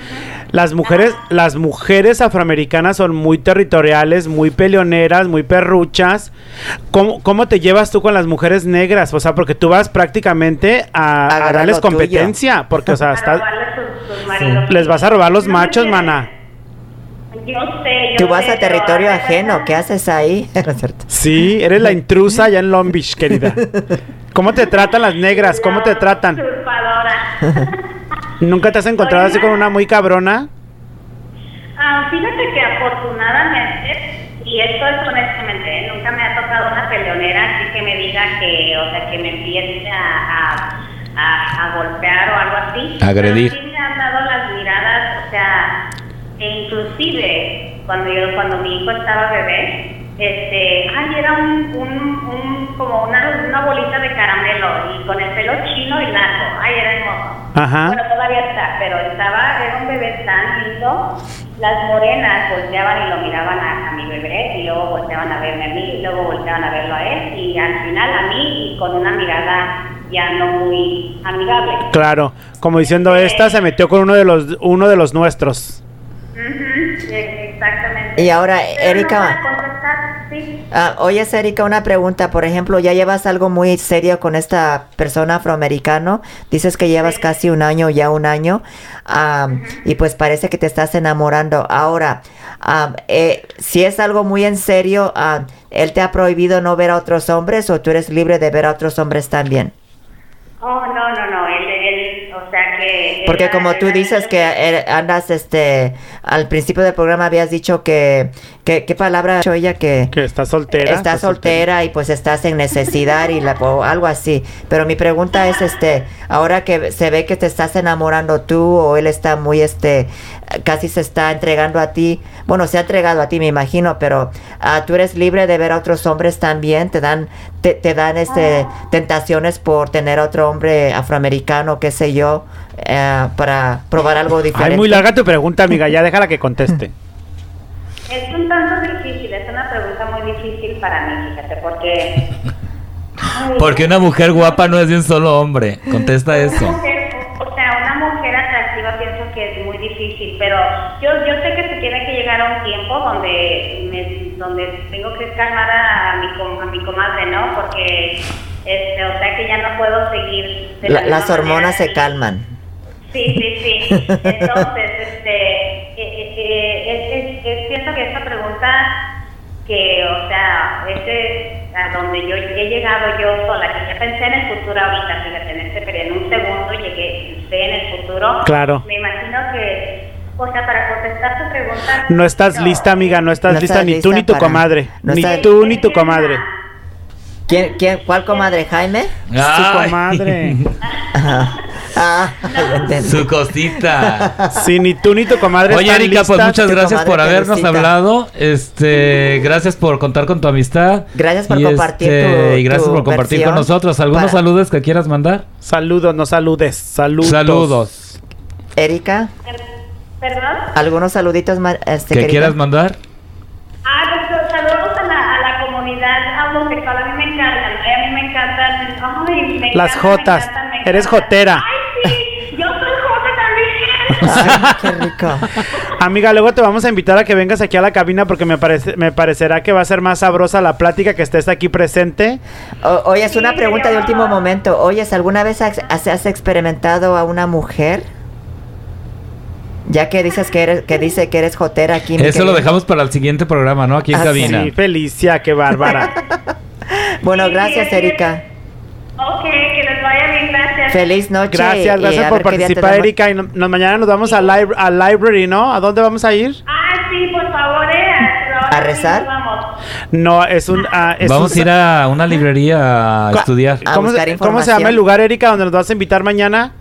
las mujeres, las mujeres afroamericanas son muy territoriales, muy peleoneras, muy perruchas. ¿Cómo, cómo te llevas tú con las mujeres negras? O sea, porque tú vas prácticamente a, a Agarrar darles lo tuyo. competencia, porque o sea, A está- robarle sus- sus maridos. les vas a robar los No, machos, mire, mana. Yo sé, yo Tú vas sé, a pero territorio haz de ajeno, cuenta- ¿qué haces ahí? No es cierto. Sí, eres la intrusa allá en Long Beach, querida. ¿Cómo te tratan las negras? ¿Cómo te La tratan? usurpadora. ¿Nunca te has encontrado Oye, así con una muy cabrona? Ah, fíjate que afortunadamente, y esto es honestamente, ¿eh? nunca me ha tocado una peleonera así que me diga que, o sea, que me empiece a, a- a- a golpear o algo así. Agredir. Pero sí me han dado las miradas, o sea, e inclusive cuando yo, cuando mi hijo estaba bebé, este, ay, era un, un- un- como una, una bolita de caramelo y con el pelo chino y largo, ay, era hermoso. Ajá. Bueno, todavía está, pero estaba, era un bebé tan lindo. Las morenas volteaban y lo miraban a, a mi bebé, y luego volteaban a verme a mí, y luego volteaban a verlo a él, y al final a mí, y con una mirada ya no muy amigable. Claro, como diciendo esta se metió con uno de los uno de los nuestros. Ujú, e- exactamente. Y ahora, Pero Erika. No para contestar, sí. Ah, oye, Erika, una pregunta. Por ejemplo, ya llevas algo muy serio con esta persona afroamericano. Dices que llevas casi un año, ya un año. Am, Y pues parece que te estás enamorando. Ahora, am, eh, si es algo muy en serio, am, ¿él te ha prohibido no ver a otros hombres o tú eres libre de ver a otros hombres también? Oh, no, no, no, él, él, o sea que... Porque era- como tú era- dices que eh, andas, este, al principio del programa habías dicho que, que ¿qué palabra ha dicho ella que? Que está soltera. Estás soltera y pues estás en necesidad y la, o algo así. Pero mi pregunta es, este, ahora que se ve que te estás enamorando tú o él está muy, este, casi se está entregando a ti. Bueno, se ha entregado a ti, me imagino, pero ah, tú eres libre de ver a otros hombres también. Te dan, te, te dan, este, tentaciones por tener a otro hombre afroamericano, qué sé yo, eh, para probar algo diferente. Ay, muy larga tu pregunta, amiga, ya déjala que conteste. Es un tanto difícil, es una pregunta muy difícil para mí, fíjate, porque... Ay, Porque una mujer guapa no es de un solo hombre. Contesta Una eso. mujer, o sea, una mujer atractiva pienso que es muy difícil, pero yo, yo sé que se tiene que llegar a un tiempo donde me- donde tengo que calmar a, a mi, com- a mi comadre, ¿no? Porque, este, o sea, que ya no puedo seguir. de la La- misma las hormonas manera se y- calman. Sí, sí, sí. Entonces, este, eh, eh, eh, es- es- es- pienso que esta pregunta, que, o sea, este, a donde yo he llegado yo sola, que ya pensé en el futuro ahorita, fíjate, en este periodo, en un segundo llegué, pensé en el futuro. Claro. Me imagino que, o sea, para contestar tu pregunta. No estás lista, amiga, no estás No lista estás ni tú lista ni tu para- comadre. no ni estás- tú ni tu comadre. ¿Quién, quién, ¿Cuál comadre? ¿Jaime? Ay, Su comadre. Ajá. Ah, ya entendí. Su cosita. Sí, ni tú ni tu comadre Oye, están Erika, pues listas. muchas tu gracias por comadre habernos Teresita. hablado. Este, gracias por contar con tu amistad. Gracias por compartir tu- y gracias tu por compartir versión con nosotros. ¿Algunos para- saludos que quieras mandar? Saludos, no saludes. Saludos. Saludos. Erika. Saludos. ¿Perdón? ¿Algunos saluditos más? Este, ¿Qué querida? quieras mandar? Ah, pues saludos a la, a la comunidad homosexual. A mí me encantan. ay, A mí me encantan. Ay, me Las encantan, jotas. me encantan, me Eres encantan. jotera. Ay, sí. Yo soy jota también. Ay, qué rico. Amiga, luego te vamos a invitar a que vengas aquí a la cabina porque me, parece, me parecerá que va a ser más sabrosa la plática que estés aquí presente. O- oye, es Sí, una pregunta de yo- último momento. Oyes, ¿alguna vez has, has- has experimentado a una mujer? Ya que dices que eres, que dice que eres jotera aquí. mi Eso lo querida. dejamos para el siguiente programa, ¿no? Aquí en Ah, cabina. Sí, Felicia, qué bárbara. Bueno, Sí, gracias, así es. Erika. Ok, que les vaya bien. Gracias. Feliz noche. Gracias, y gracias eh, a por ver qué día te participar, damos- Erika. Y no- nos- mañana nos vamos al libra- al library, ¿no? ¿A dónde vamos a ir? Ah, sí, por favor, eh. ahora ¿A sí rezar? nos Vamos. No, es un... ah, es Vamos un- a ir a una librería a Ca- estudiar. Ah. A ¿Cómo, se- buscar cómo se llama información. el lugar, Erika, donde nos vas a invitar mañana?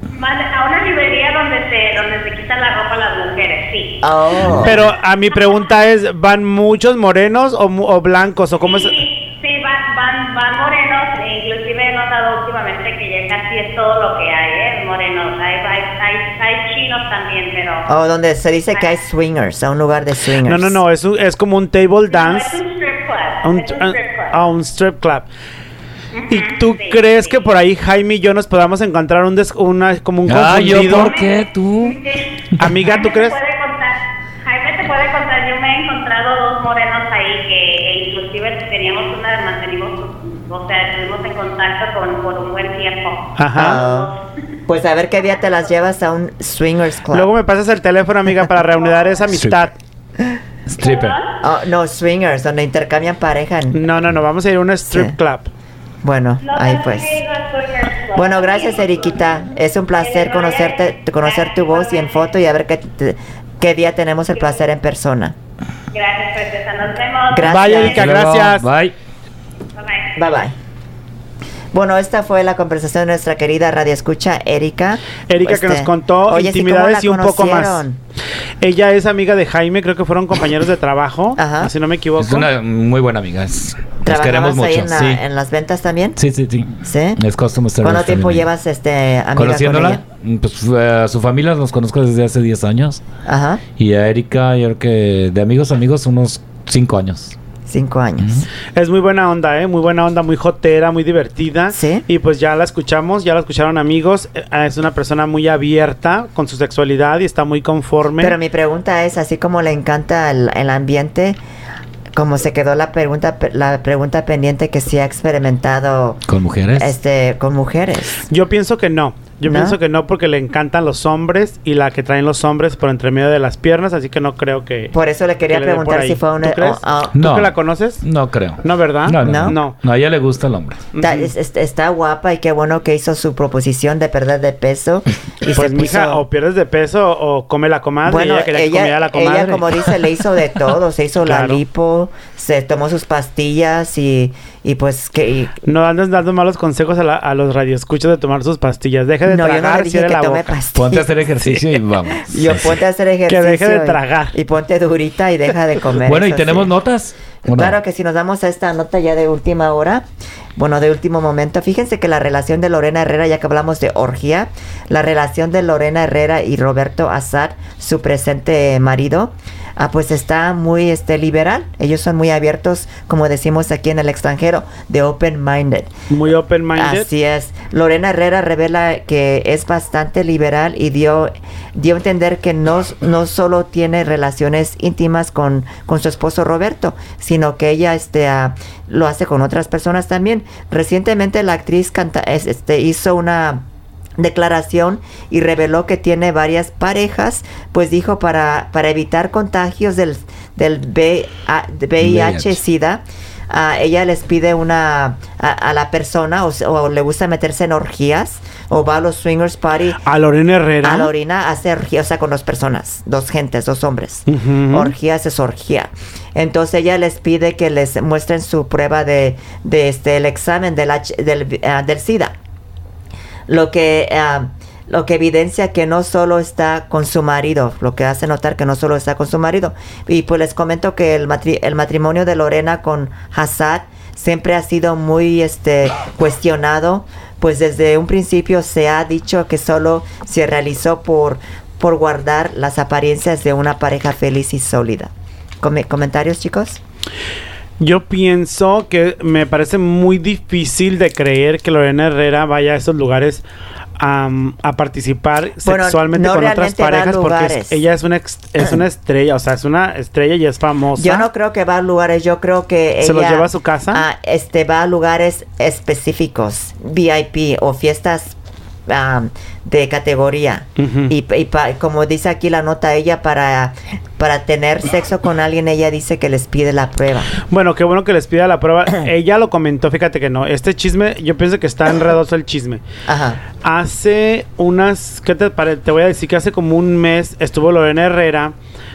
Vale, a una librería donde se, donde se quita la ropa a las mujeres, sí. Oh. Pero a mi pregunta es, ¿van muchos morenos o, mu- o blancos? ¿O cómo es? Sí, sí, van, van, van morenos, e inclusive he notado últimamente que ya casi es todo lo que hay, ¿eh? Morenos, hay, hay, hay, hay chinos también, pero... Oh, donde se dice que hay swingers, a un lugar de swingers. No, no, no, es, un- es como un table No, es dance. un strip club, Un, es un strip club. a un strip club. ¿Y Ujú, tú sí, crees sí. que por ahí Jaime y yo nos podamos encontrar un des- una, como un Ah, yo confundido? por qué tú. Sí. Amiga, ¿tú Jaime te crees? puede contar, Jaime te puede contar, yo me he encontrado dos morenos ahí que e inclusive teníamos una, mantenimos, o sea, estuvimos en contacto con, por un buen tiempo. Ajá. Oh. Pues a ver qué día te las llevas a un swingers club. Luego me pasas el teléfono, amiga, para reanudar esa amistad. Stripper. Oh, no, swingers, donde intercambian pareja. No, no, no, vamos a ir a un strip Sí. club. Bueno, No, ahí no, pues. sí, no, soy yo. Bueno, gracias Eriquita. Es un placer conocerte, conocer tu voz y en foto y a ver qué, te- qué día tenemos el placer en persona. Gracias, princesa. Nos vemos. Gracias. Vaya, Erika, Hasta luego. gracias. Bye. Bye, bye. Bye bye. Bueno, esta fue la conversación de nuestra querida radio escucha Erika. Este, Erika que nos contó sí, ¿cómo intimidades la y un poco más. conocieron? Ella es amiga de Jaime, creo que fueron compañeros de trabajo, Ajá. si no me equivoco. Es una muy buena amiga. es- Nos queremos ¿Trabajabas mucho. ahí en, la- sí. en las ventas también? sí, sí, sí. ¿Sí? Es customer service. ¿Cuánto tiempo también. llevas este amiga con ¿Conociéndola? ella? Pues eh, a su familia los conozco desde hace 10 años. Ajá, Y a Erika, yo creo que de amigos a amigos, unos 5 años. cinco años. Es muy buena onda, ¿eh? Muy buena onda, muy jotera, muy divertida. Sí. Y pues ya la escuchamos, ya la escucharon amigos. Eh, Es una persona muy abierta con su sexualidad y está muy conforme. Pero mi pregunta es, así como le encanta el, el ambiente, como se quedó la pregunta pe- la pregunta pendiente que si ha experimentado Con mujeres. este con mujeres. Yo pienso que no. Yo ¿No? pienso que no porque le encantan los hombres y la que traen los hombres por entre medio de las piernas, así que no creo que... Por eso le Pues, quería Que le dé por preguntar ahí. si fue una oh, ¿Tú crees? o- o- ¿Tú No. que la conoces? No creo. No, ¿verdad? No, ¿No? no, no. No, a ella le gusta el hombre. Está, es- es- está guapa y qué bueno que hizo su proposición de perder de peso. Y Pues se mija, puso- o pierdes de peso o come la comadre. bueno, ella quería que ella, comiera la ella, comadre. como dice, le hizo de todo. Se hizo la Claro. lipo, se tomó sus pastillas y, y pues que... y- No andes dando malos consejos a, la- a los radioescuchos de tomar sus pastillas. Deje de no, yo no tragar, le dije cierre que la tome boca. pastillas. Ponte a hacer ejercicio y vamos. Yo ponte a hacer ejercicio. deje de y- tragar. Y, ponte durita y deja de comer. Bueno, ¿y eso tenemos sí. notas? ¿O no? Claro que si nos damos a esta nota ya de última hora, bueno, de último momento, fíjense que la relación de Lorena Herrera, ya que hablamos de orgía, la relación de Lorena Herrera y Roberto Azad, su presente marido, ah, pues está muy este, liberal. Ellos son muy abiertos, como decimos aquí en el extranjero, de open-minded. Muy open-minded. Así es. Lorena Herrera revela que es bastante liberal y dio, dio a entender que no, no solo tiene relaciones íntimas con, con su esposo Roberto, sino que ella este, ah, lo hace con otras personas también. Recientemente la actriz canta, es- este, hizo una declaración y reveló que tiene varias parejas, pues dijo para, para evitar contagios del, del VIH. VIH-Sida, a ah, ella les pide una a, a la persona o, se- o le gusta meterse en orgías o va a los swingers party A Lorena Herrera. a la orina a hacer orgías, o sea, con dos personas, dos gentes, dos hombres. Ujú. Orgías es orgía. Entonces ella les pide que les muestren su prueba de, de este el examen del H- del, ah, del SIDA lo que ah, lo que evidencia que no solo está con su marido, lo que hace notar que no solo está con su marido. Y pues les comento que el, matri- el matrimonio de Lorena con Hassad siempre ha sido muy este cuestionado, pues desde un principio se ha dicho que solo se realizó por por guardar las apariencias de una pareja feliz y sólida. Come- ¿Comentarios, chicos? Yo pienso que me parece muy difícil de creer que Lorena Herrera vaya a esos lugares am, a participar Bueno, sexualmente no con otras realmente va a parejas porque es- lugares. ella es una ex- es una estrella, o sea, es una estrella y es famosa. Yo no creo que va a lugares, yo creo que ¿Se lo ella, lleva a su casa? Ah, este va a lugares específicos, VIP o fiestas am, de categoría. Ujú. Y, y pa- como dice aquí la nota ella para para tener sexo con alguien ella dice que les pide la prueba. Bueno, qué bueno que les pida la prueba. ella lo comentó, fíjate que no. Este chisme, yo pienso que está enredoso el chisme. Ajá. Hace unas, ¿qué te parece? Te voy a decir que hace como un mes estuvo Lorena Herrera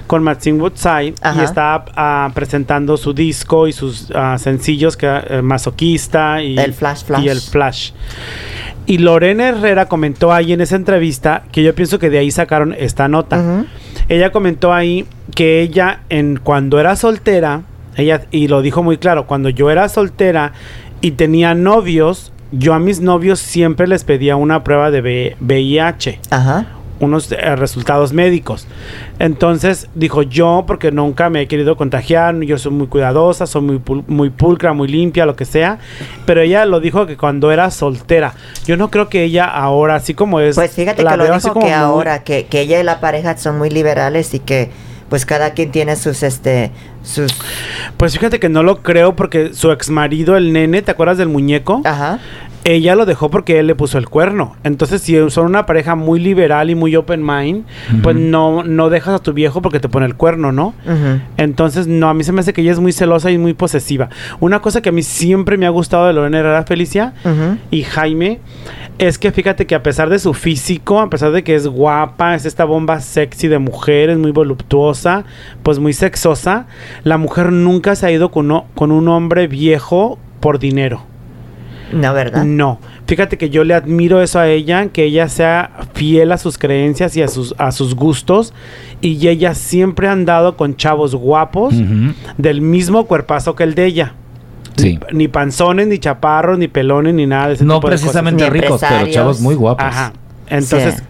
con Martín Woodside Ajá. y estaba ah, presentando su disco y sus ah, sencillos que eh, masoquista y El Flash Flash. y el Flash. Y Lorena Herrera comentó ahí en esa entrevista que yo pienso que de ahí sacaron esta nota. Ujú. Ella comentó ahí que ella en cuando era soltera, ella y lo dijo muy claro, cuando yo era soltera y tenía novios, yo a mis novios siempre les pedía una prueba de V- VIH Ajá. unos eh, resultados médicos. Entonces dijo yo, porque nunca me he querido contagiar, yo soy muy cuidadosa, soy muy, pul- muy pulcra, muy limpia, lo que sea, pero ella lo dijo que cuando era soltera. Yo no creo que ella ahora, así como es... Pues fíjate la que lo veo así dijo como que muy- ahora, que, que ella y la pareja son muy liberales y que pues cada quien tiene sus este sus Pues fíjate que no lo creo porque su ex marido, el nene, ¿te acuerdas del muñeco? ajá. Ella lo dejó porque él le puso el cuerno. Entonces, si son una pareja muy liberal y muy open mind, pues no, no dejas a tu viejo porque te pone el cuerno, ¿no? ujú. Entonces, no, a mí se me hace que ella es muy celosa y muy posesiva. Una cosa que a mí siempre me ha gustado de Lorena Herrera Felicia Ujú. y Jaime es que fíjate que a pesar de su físico, a pesar de que es guapa, es esta bomba sexy de mujer, es muy voluptuosa, pues muy sexosa, la mujer nunca se ha ido con, uno- con un hombre viejo por dinero. No, ¿verdad? No. Fíjate que yo le admiro eso a ella, que ella sea fiel a sus creencias y a sus, a sus gustos. Y ella siempre ha andado con chavos guapos Ujú. del mismo cuerpazo que el de ella. Sí. Ni panzones, ni chaparros, ni pelones, ni nada de ese No tipo de cosas. precisamente Ni ricos, pero empresarios. chavos muy guapos. Ajá. Entonces, Sí.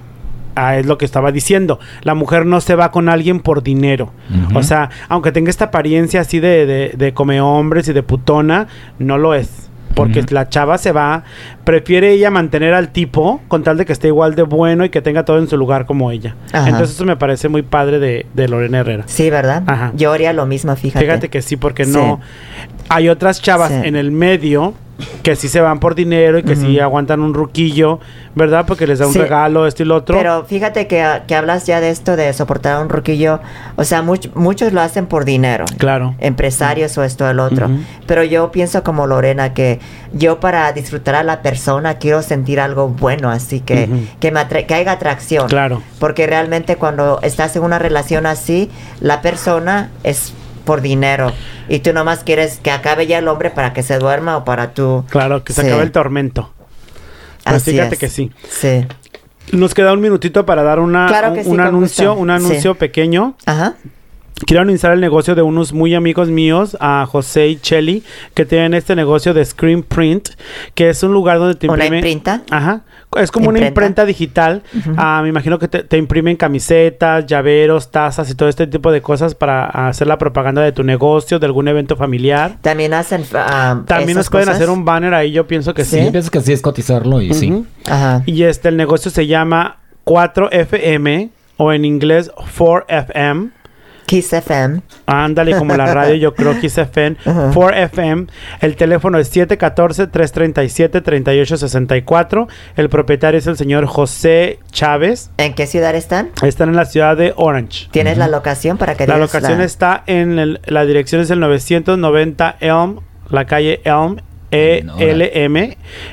ah, es lo que estaba diciendo. La mujer no se va con alguien por dinero. Ujú. O sea, aunque tenga esta apariencia así de, de, de come hombres y de putona, no lo es. Porque Ujú. la chava se va, prefiere ella mantener al tipo con tal de que esté igual de bueno y que tenga todo en su lugar como ella. Ajá. Entonces eso me parece muy padre de, de Lorena Herrera. Sí, ¿verdad? Ajá. Yo haría lo mismo, fíjate. Fíjate que sí, porque Sí. no. Hay otras chavas Sí. en el medio que sí se van por dinero y que sí aguantan un ruquillo, ¿verdad? Porque les da un Sí. regalo, esto y lo otro. Pero fíjate que, que hablas ya de esto de soportar a un ruquillo. O sea, much- muchos lo hacen por dinero. Claro. Empresarios o esto o el otro. Ujú. Pero yo pienso como Lorena, que yo para disfrutar a la persona quiero sentir algo bueno, así que, Ujú. que, me atra- que haya atracción. Claro. Porque realmente cuando estás en una relación así, la persona es por dinero. Y tú nomás quieres que acabe ya el hombre para que se duerma o para tú. Claro, que se Sí. acaba el tormento. Pues Así fíjate es. que sí. Sí. Nos queda un minutito para dar una, Claro un, que sí, un con anuncio, gusto. un anuncio Sí. pequeño. Ajá. Quiero anunciar el negocio de unos muy amigos míos, a José y Chelly, que tienen este negocio de Screen Print, que es un lugar donde te Una imprimen. imprenta. Ajá. Es como una Imprenta. imprenta digital. Ah, me imagino que te, te imprimen camisetas, llaveros, tazas y todo este tipo de cosas para hacer la propaganda de tu negocio, de algún evento familiar. También hacen. ah, También esas nos pueden cosas. hacer un banner ahí, yo pienso que Sí, sí. pienso que sí es cotizarlo y sí. Ujú. Ajá. Y este, el negocio se llama 4FM o en inglés 4FM. Kiss FM. Ándale, como la radio, yo creo que es FM. Ajá. 4FM. El teléfono es 714-337-3864. El propietario es el señor José Chávez. ¿En qué ciudad están? Están en la ciudad de Orange. ¿Tienes la locación para que La digas locación está en el- la dirección es el 990 Elm, la calle Elm. En Orange. ELM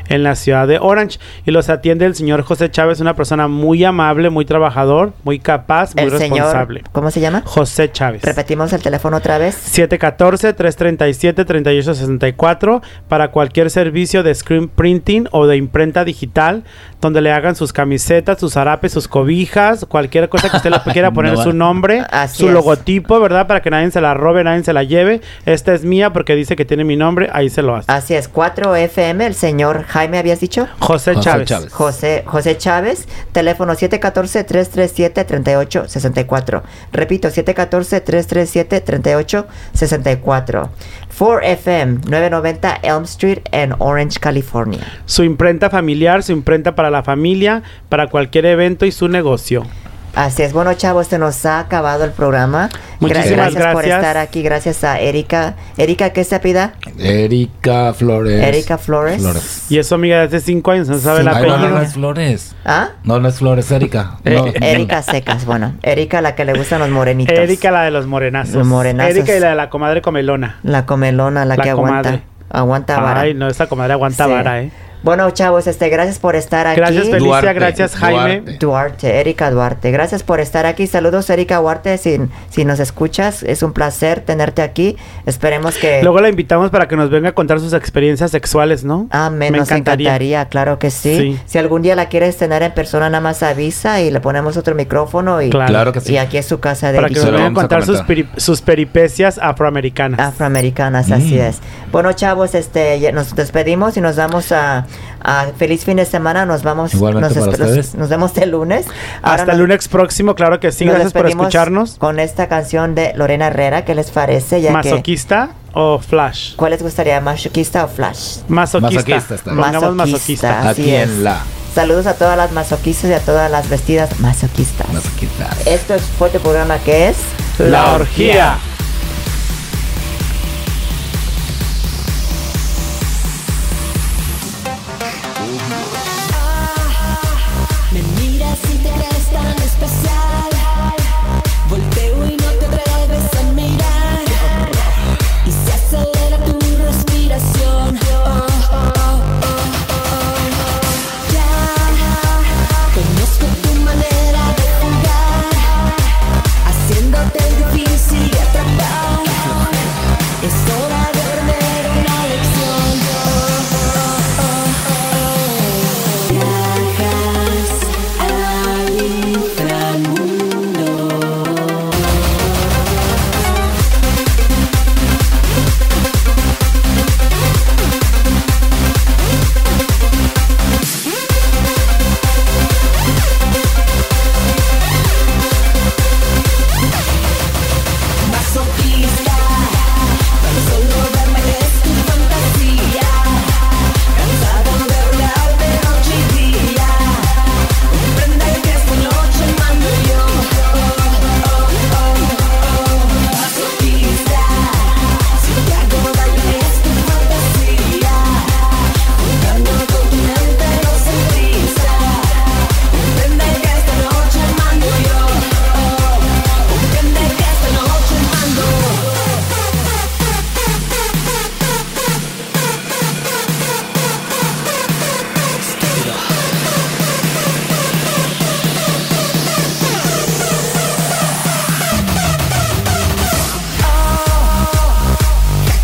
en la ciudad de Orange y los atiende el señor José Chávez, una persona muy amable, muy trabajador, muy capaz, muy el responsable. señor. ¿Cómo se llama? José Chávez. Repetimos el teléfono otra vez. 714-337-3864 para cualquier servicio de screen printing o de imprenta digital, donde le hagan sus camisetas, sus harapes, sus cobijas, cualquier cosa que usted le quiera poner No. su nombre, Así su es. logotipo, ¿verdad? Para que nadie se la robe, nadie se la lleve. Esta es mía porque dice que tiene mi nombre, ahí se lo hace. Así es, 934 FM, el señor Jaime, habías dicho. José, José Chávez. Chávez. José, José Chávez, teléfono 714-337-3864. Repito, 714-337-3864. 4FM, 990 Elm Street en Orange, California. Su imprenta familiar, su imprenta para la familia, para cualquier evento y su negocio. Así es, bueno chavos, se nos ha acabado el programa. Muchísimas por gracias. estar aquí, gracias a Erika. Erika, ¿qué se apida? Erika Flores. Erika Flores. Flores. Y eso, amiga, desde cinco años, no sabe Sí. el Ay, no, no, no apellido. es Flores. ¿Ah? No, no es Flores, Erika. Eh, No. Eh, Erika Secas, bueno, Erika la que le gustan los morenitos. Erika, la de los morenazos. Los morenazos. Erika y la de la comadre comelona. La comelona, la, La que comadre. aguanta. Aguanta vara. Ay, no, esa comadre aguanta Sí. vara, ¿eh? Bueno, chavos, este, gracias por estar aquí. Gracias, Felicia, Duarte, gracias, Jaime. Duarte. Duarte, Erika Duarte, gracias por estar aquí. Saludos, Erika Duarte, si, si nos escuchas, es un placer tenerte aquí. Esperemos que... Luego la invitamos para que nos venga a contar sus experiencias sexuales, ¿no? Amén, Ah, nos encantaría. claro que sí. Sí. Si algún día la quieres tener en persona, nada más avisa y le ponemos otro micrófono y, Claro. Claro que sí. y aquí es su casa de Para que Se nos lo venga a vamos a contar sus, comentar. peri- sus peripecias afroamericanas. afroamericanas, así es. Bueno, chavos, este, ya nos despedimos y nos damos a, a feliz fin de semana. Nos vamos, Igualmente nos, para espe- los- ustedes. nos vemos el lunes. Ahora Hasta el nos- lunes próximo, claro que sí. nos Gracias por despedimos escucharnos. Con esta canción de Lorena Herrera, ¿qué les parece? Ya que, ¿Masoquista o Flash? ¿Cuál les gustaría, masoquista o flash? Masoquista. Masoquista está bien. Pongamos Masoquista. masoquista. Así Aquí es. en la Saludos a todas las masoquistas y a todas las vestidas masoquistas. Mazaquitas. Esto es fue tu programa que es. La orgía. Me miras y te crees tan especial. Volteo y no te atreves a mirar. Y se acelera tu respiración. Oh, oh, oh, oh. Ya conozco tu manera de jugar. Haciéndote difícil de atrapar. Es hora de aprender una lección. Viajas al inframundo. Masoquista, tan solo verme es tu fantasía. Cansado de hablar de noche y día. Comprende que esta noche mando yo. Oh, oh, oh, oh. Masoquista, si te hago daño es tu fantasía. Jugando con tu mente no sin prisa. Comprende que esta noche mando yo. Oh, oh. Comprende que esta noche mando.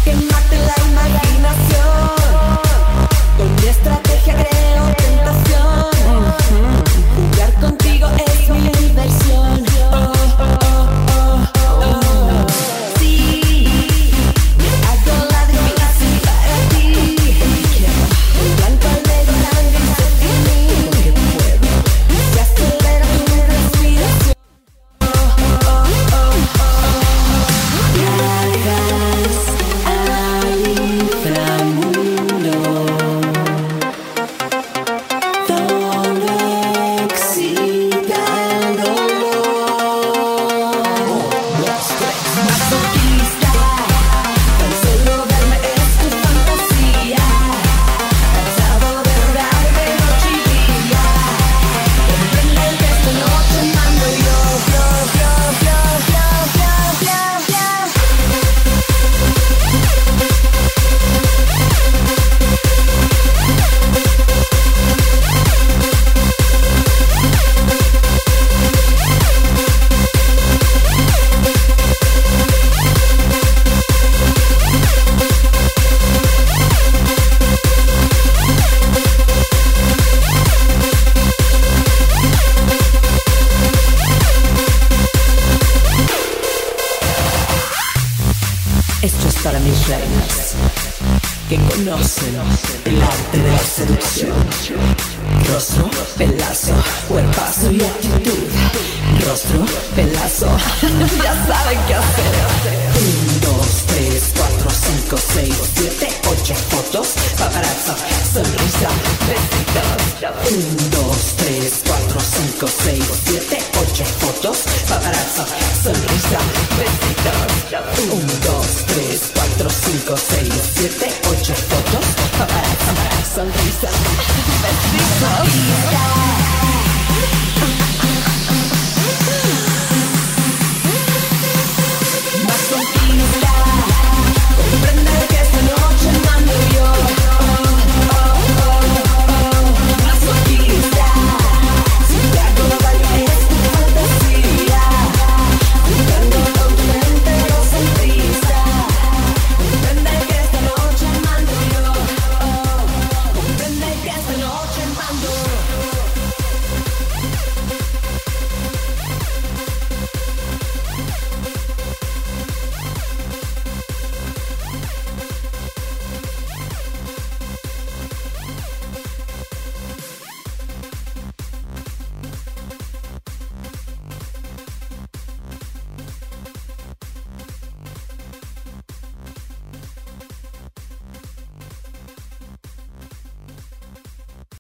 Que mate la imaginación. Con mi estrategia creo tentación. Jugar contigo es mi diversión. Oh, oh, oh, oh. Sí, me hago la difícil para ti. El blanco, el negro, la gris en mí. Se acelera tu respiración. Oh, oh, oh, oh. Viajas al inframundo. Todo excita el dolor. Masoquista, tan solo verme es tu fantasía. Cansado de orar de noche y día. Comprende que esta noche mando yo. Yo, yo, yo, yo, yo, yo, yo. Esto es para mis reinas. que conocen el arte de la seducción. Rostro, pelazo, cuerpazo y actitud. Rostro, pelazo, ya saben qué hacer. 1, 2, 3, 4, 5, 6, 7, 8 fotos, paparazzo.